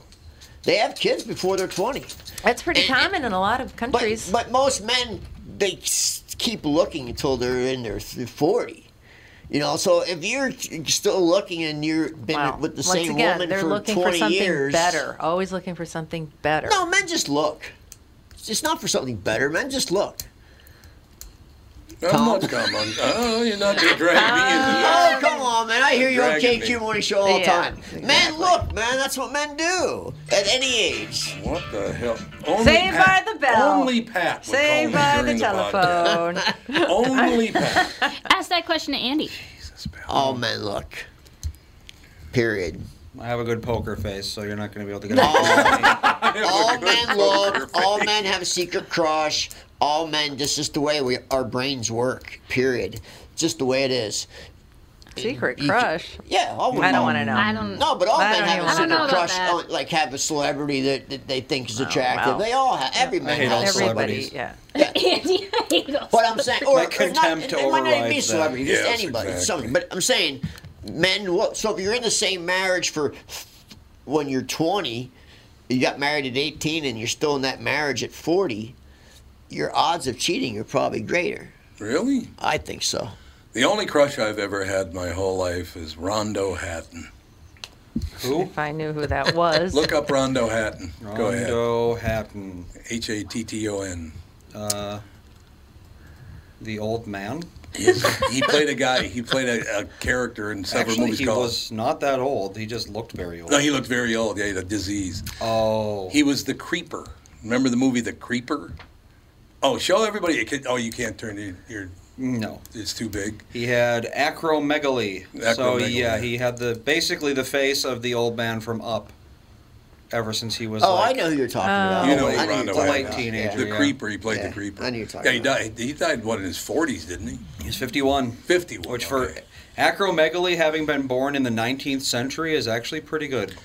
S2: They have kids before they're 20.
S3: That's pretty common in a lot of countries.
S2: But most men, they s- keep looking until they're in their th- 40. You know, so if you're still looking and you've been
S3: Wow.
S2: with the
S3: Once
S2: same
S3: again,
S2: woman
S3: they're
S2: for
S3: looking
S2: 20
S3: for something
S2: years,
S3: better. Always looking for something better.
S2: No, men just look. It's not for something better. Men just look.
S1: I'm not come on. Oh, you're not gonna
S3: (laughs)
S1: drag me
S3: Uh,
S2: Oh,
S1: into
S2: come on, man. I hear you on
S1: Dragging me.
S2: KQ Morning Show all the
S3: Yeah,
S2: time. Men look, man. That's what men do at any age.
S1: this. What the hell? Only
S3: Saved
S1: Pat,
S3: by the bell.
S1: Only Pat. Would
S3: Saved
S1: call me
S3: by the
S1: during podcast. (laughs)
S3: telephone.
S4: (laughs)
S3: (laughs)
S1: only Pat.
S5: Ask that question to Andy.
S2: All men look. Period.
S4: I have a good poker face, so you're not going to be able
S2: (laughs)
S4: to get along with me.
S2: All men look. All men have a secret crush. All men, just just the way we our brains work. Period. Just the way it is.
S3: Secret
S2: You-
S3: crush.
S2: Yeah, all
S3: I don't
S2: all-
S3: want to know.
S5: I don't.
S2: No, but all
S3: I
S2: men
S3: don't
S2: have
S3: even
S2: a
S3: wanna know
S2: secret
S5: about
S2: crush.
S5: that.
S2: on- Like have a celebrity that, that they think is
S3: Oh,
S2: attractive.
S3: wow.
S2: They all have. Every man
S4: hate all
S2: has.
S4: celeb-
S3: Everybody.
S4: celebrities.
S5: (laughs)
S3: Yeah.
S5: Andy, I hate those.
S2: But I'm saying, or,
S4: My
S2: or
S4: contempt
S2: not, it might not even be a
S4: overrides that.
S2: celebrity, just
S1: Yes,
S2: anybody,
S1: exactly.
S2: something. But I'm saying, men. Look, so if you're in the same marriage for when you're 20, you got married at 18, and you're still in that marriage at 40, your odds of cheating are probably greater.
S1: (laughs) Really?
S2: I think so.
S1: The only crush I've ever had my whole life is Rondo Hatton.
S4: Who?
S3: If I knew who that was.
S1: Look up Rondo Hatton. Go ahead.
S4: Rondo Hatton,
S1: H A T T O N.
S4: uh, the old man.
S1: He he played a guy. He played a, a character in several
S4: Actually,
S1: movies
S4: he
S1: called.
S4: was not that old. He just looked very old.
S1: No, he looked very old. Yeah, he had a disease.
S4: oh,
S1: He was the creeper. Remember the movie The Creeper? Oh, show everybody. It can, oh, you can't turn it. You're,
S4: no.
S1: it's too big.
S4: He had acromegaly. So
S1: Acromegaly.
S4: yeah, he had the basically the face of the old man from Up. Ever since he was
S2: Oh, I
S4: like
S2: know who you're talking about.
S1: You know
S2: Oh, I
S1: who
S2: who you're
S1: Rondo
S2: talking
S1: Hatton
S4: late
S2: about.
S1: is.
S4: teenager.
S1: The
S4: yeah.
S1: Creeper. He played
S2: Yeah,
S1: the Creeper.
S2: I knew you were talking
S1: yeah, he
S2: about.
S1: died. He died what in his 40s, didn't he?
S4: He's 51.
S1: 51,
S4: Which
S1: okay.
S4: for acromegaly having been born in the 19th century is actually pretty good.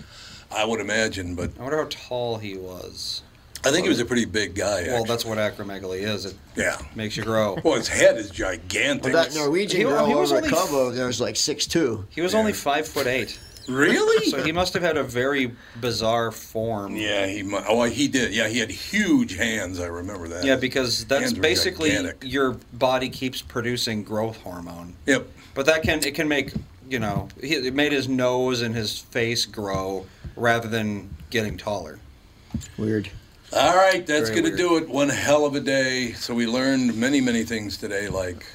S1: I would imagine, but
S4: I wonder how tall he was.
S1: I think he was a pretty big guy.
S4: Well,
S1: actually.
S4: that's what acromegaly is. It
S1: yeah.
S4: makes you grow.
S1: Well, his head is gigantic.
S2: Well, that Norwegian
S4: He-
S2: girl
S4: he was
S2: over at
S4: only-
S2: Cabo, there was like six two.
S4: He was
S1: Yeah.
S4: only five foot eight.
S2: (laughs)
S1: Really?
S4: so he must have had a very bizarre form.
S1: Yeah, he. mu- Oh, he did. Yeah, he had huge hands. I remember that.
S4: Yeah, because that's
S1: Hands were
S4: basically
S1: gigantic.
S4: your body keeps producing growth hormone.
S1: Yep.
S4: But that can it can make you know he, it made his nose and his face grow rather than getting taller.
S2: Weird.
S1: All right, that's
S4: Very
S1: going to do it. One hell of a day. So we learned many, many things today, like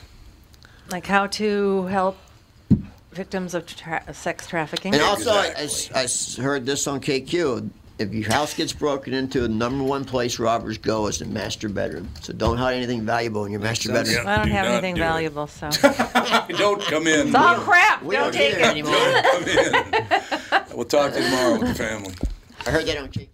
S3: Like how to help victims of tra- sex trafficking.
S2: And also, I- I s- I, s- heard this on KQ. If your house gets broken into, the number one place robbers go is the master bedroom. So don't hide anything valuable in your master
S1: Makes sense.
S2: bedroom.
S1: Yeah,
S3: I don't
S1: do
S3: have
S1: not
S3: anything
S1: do it.
S3: valuable, so.
S4: (laughs)
S1: don't come in.
S3: It's all crap.
S2: We don't
S3: Don't take
S2: either
S3: it.
S2: anymore.
S1: We'll talk to you tomorrow with the family.
S2: I heard that on KQ.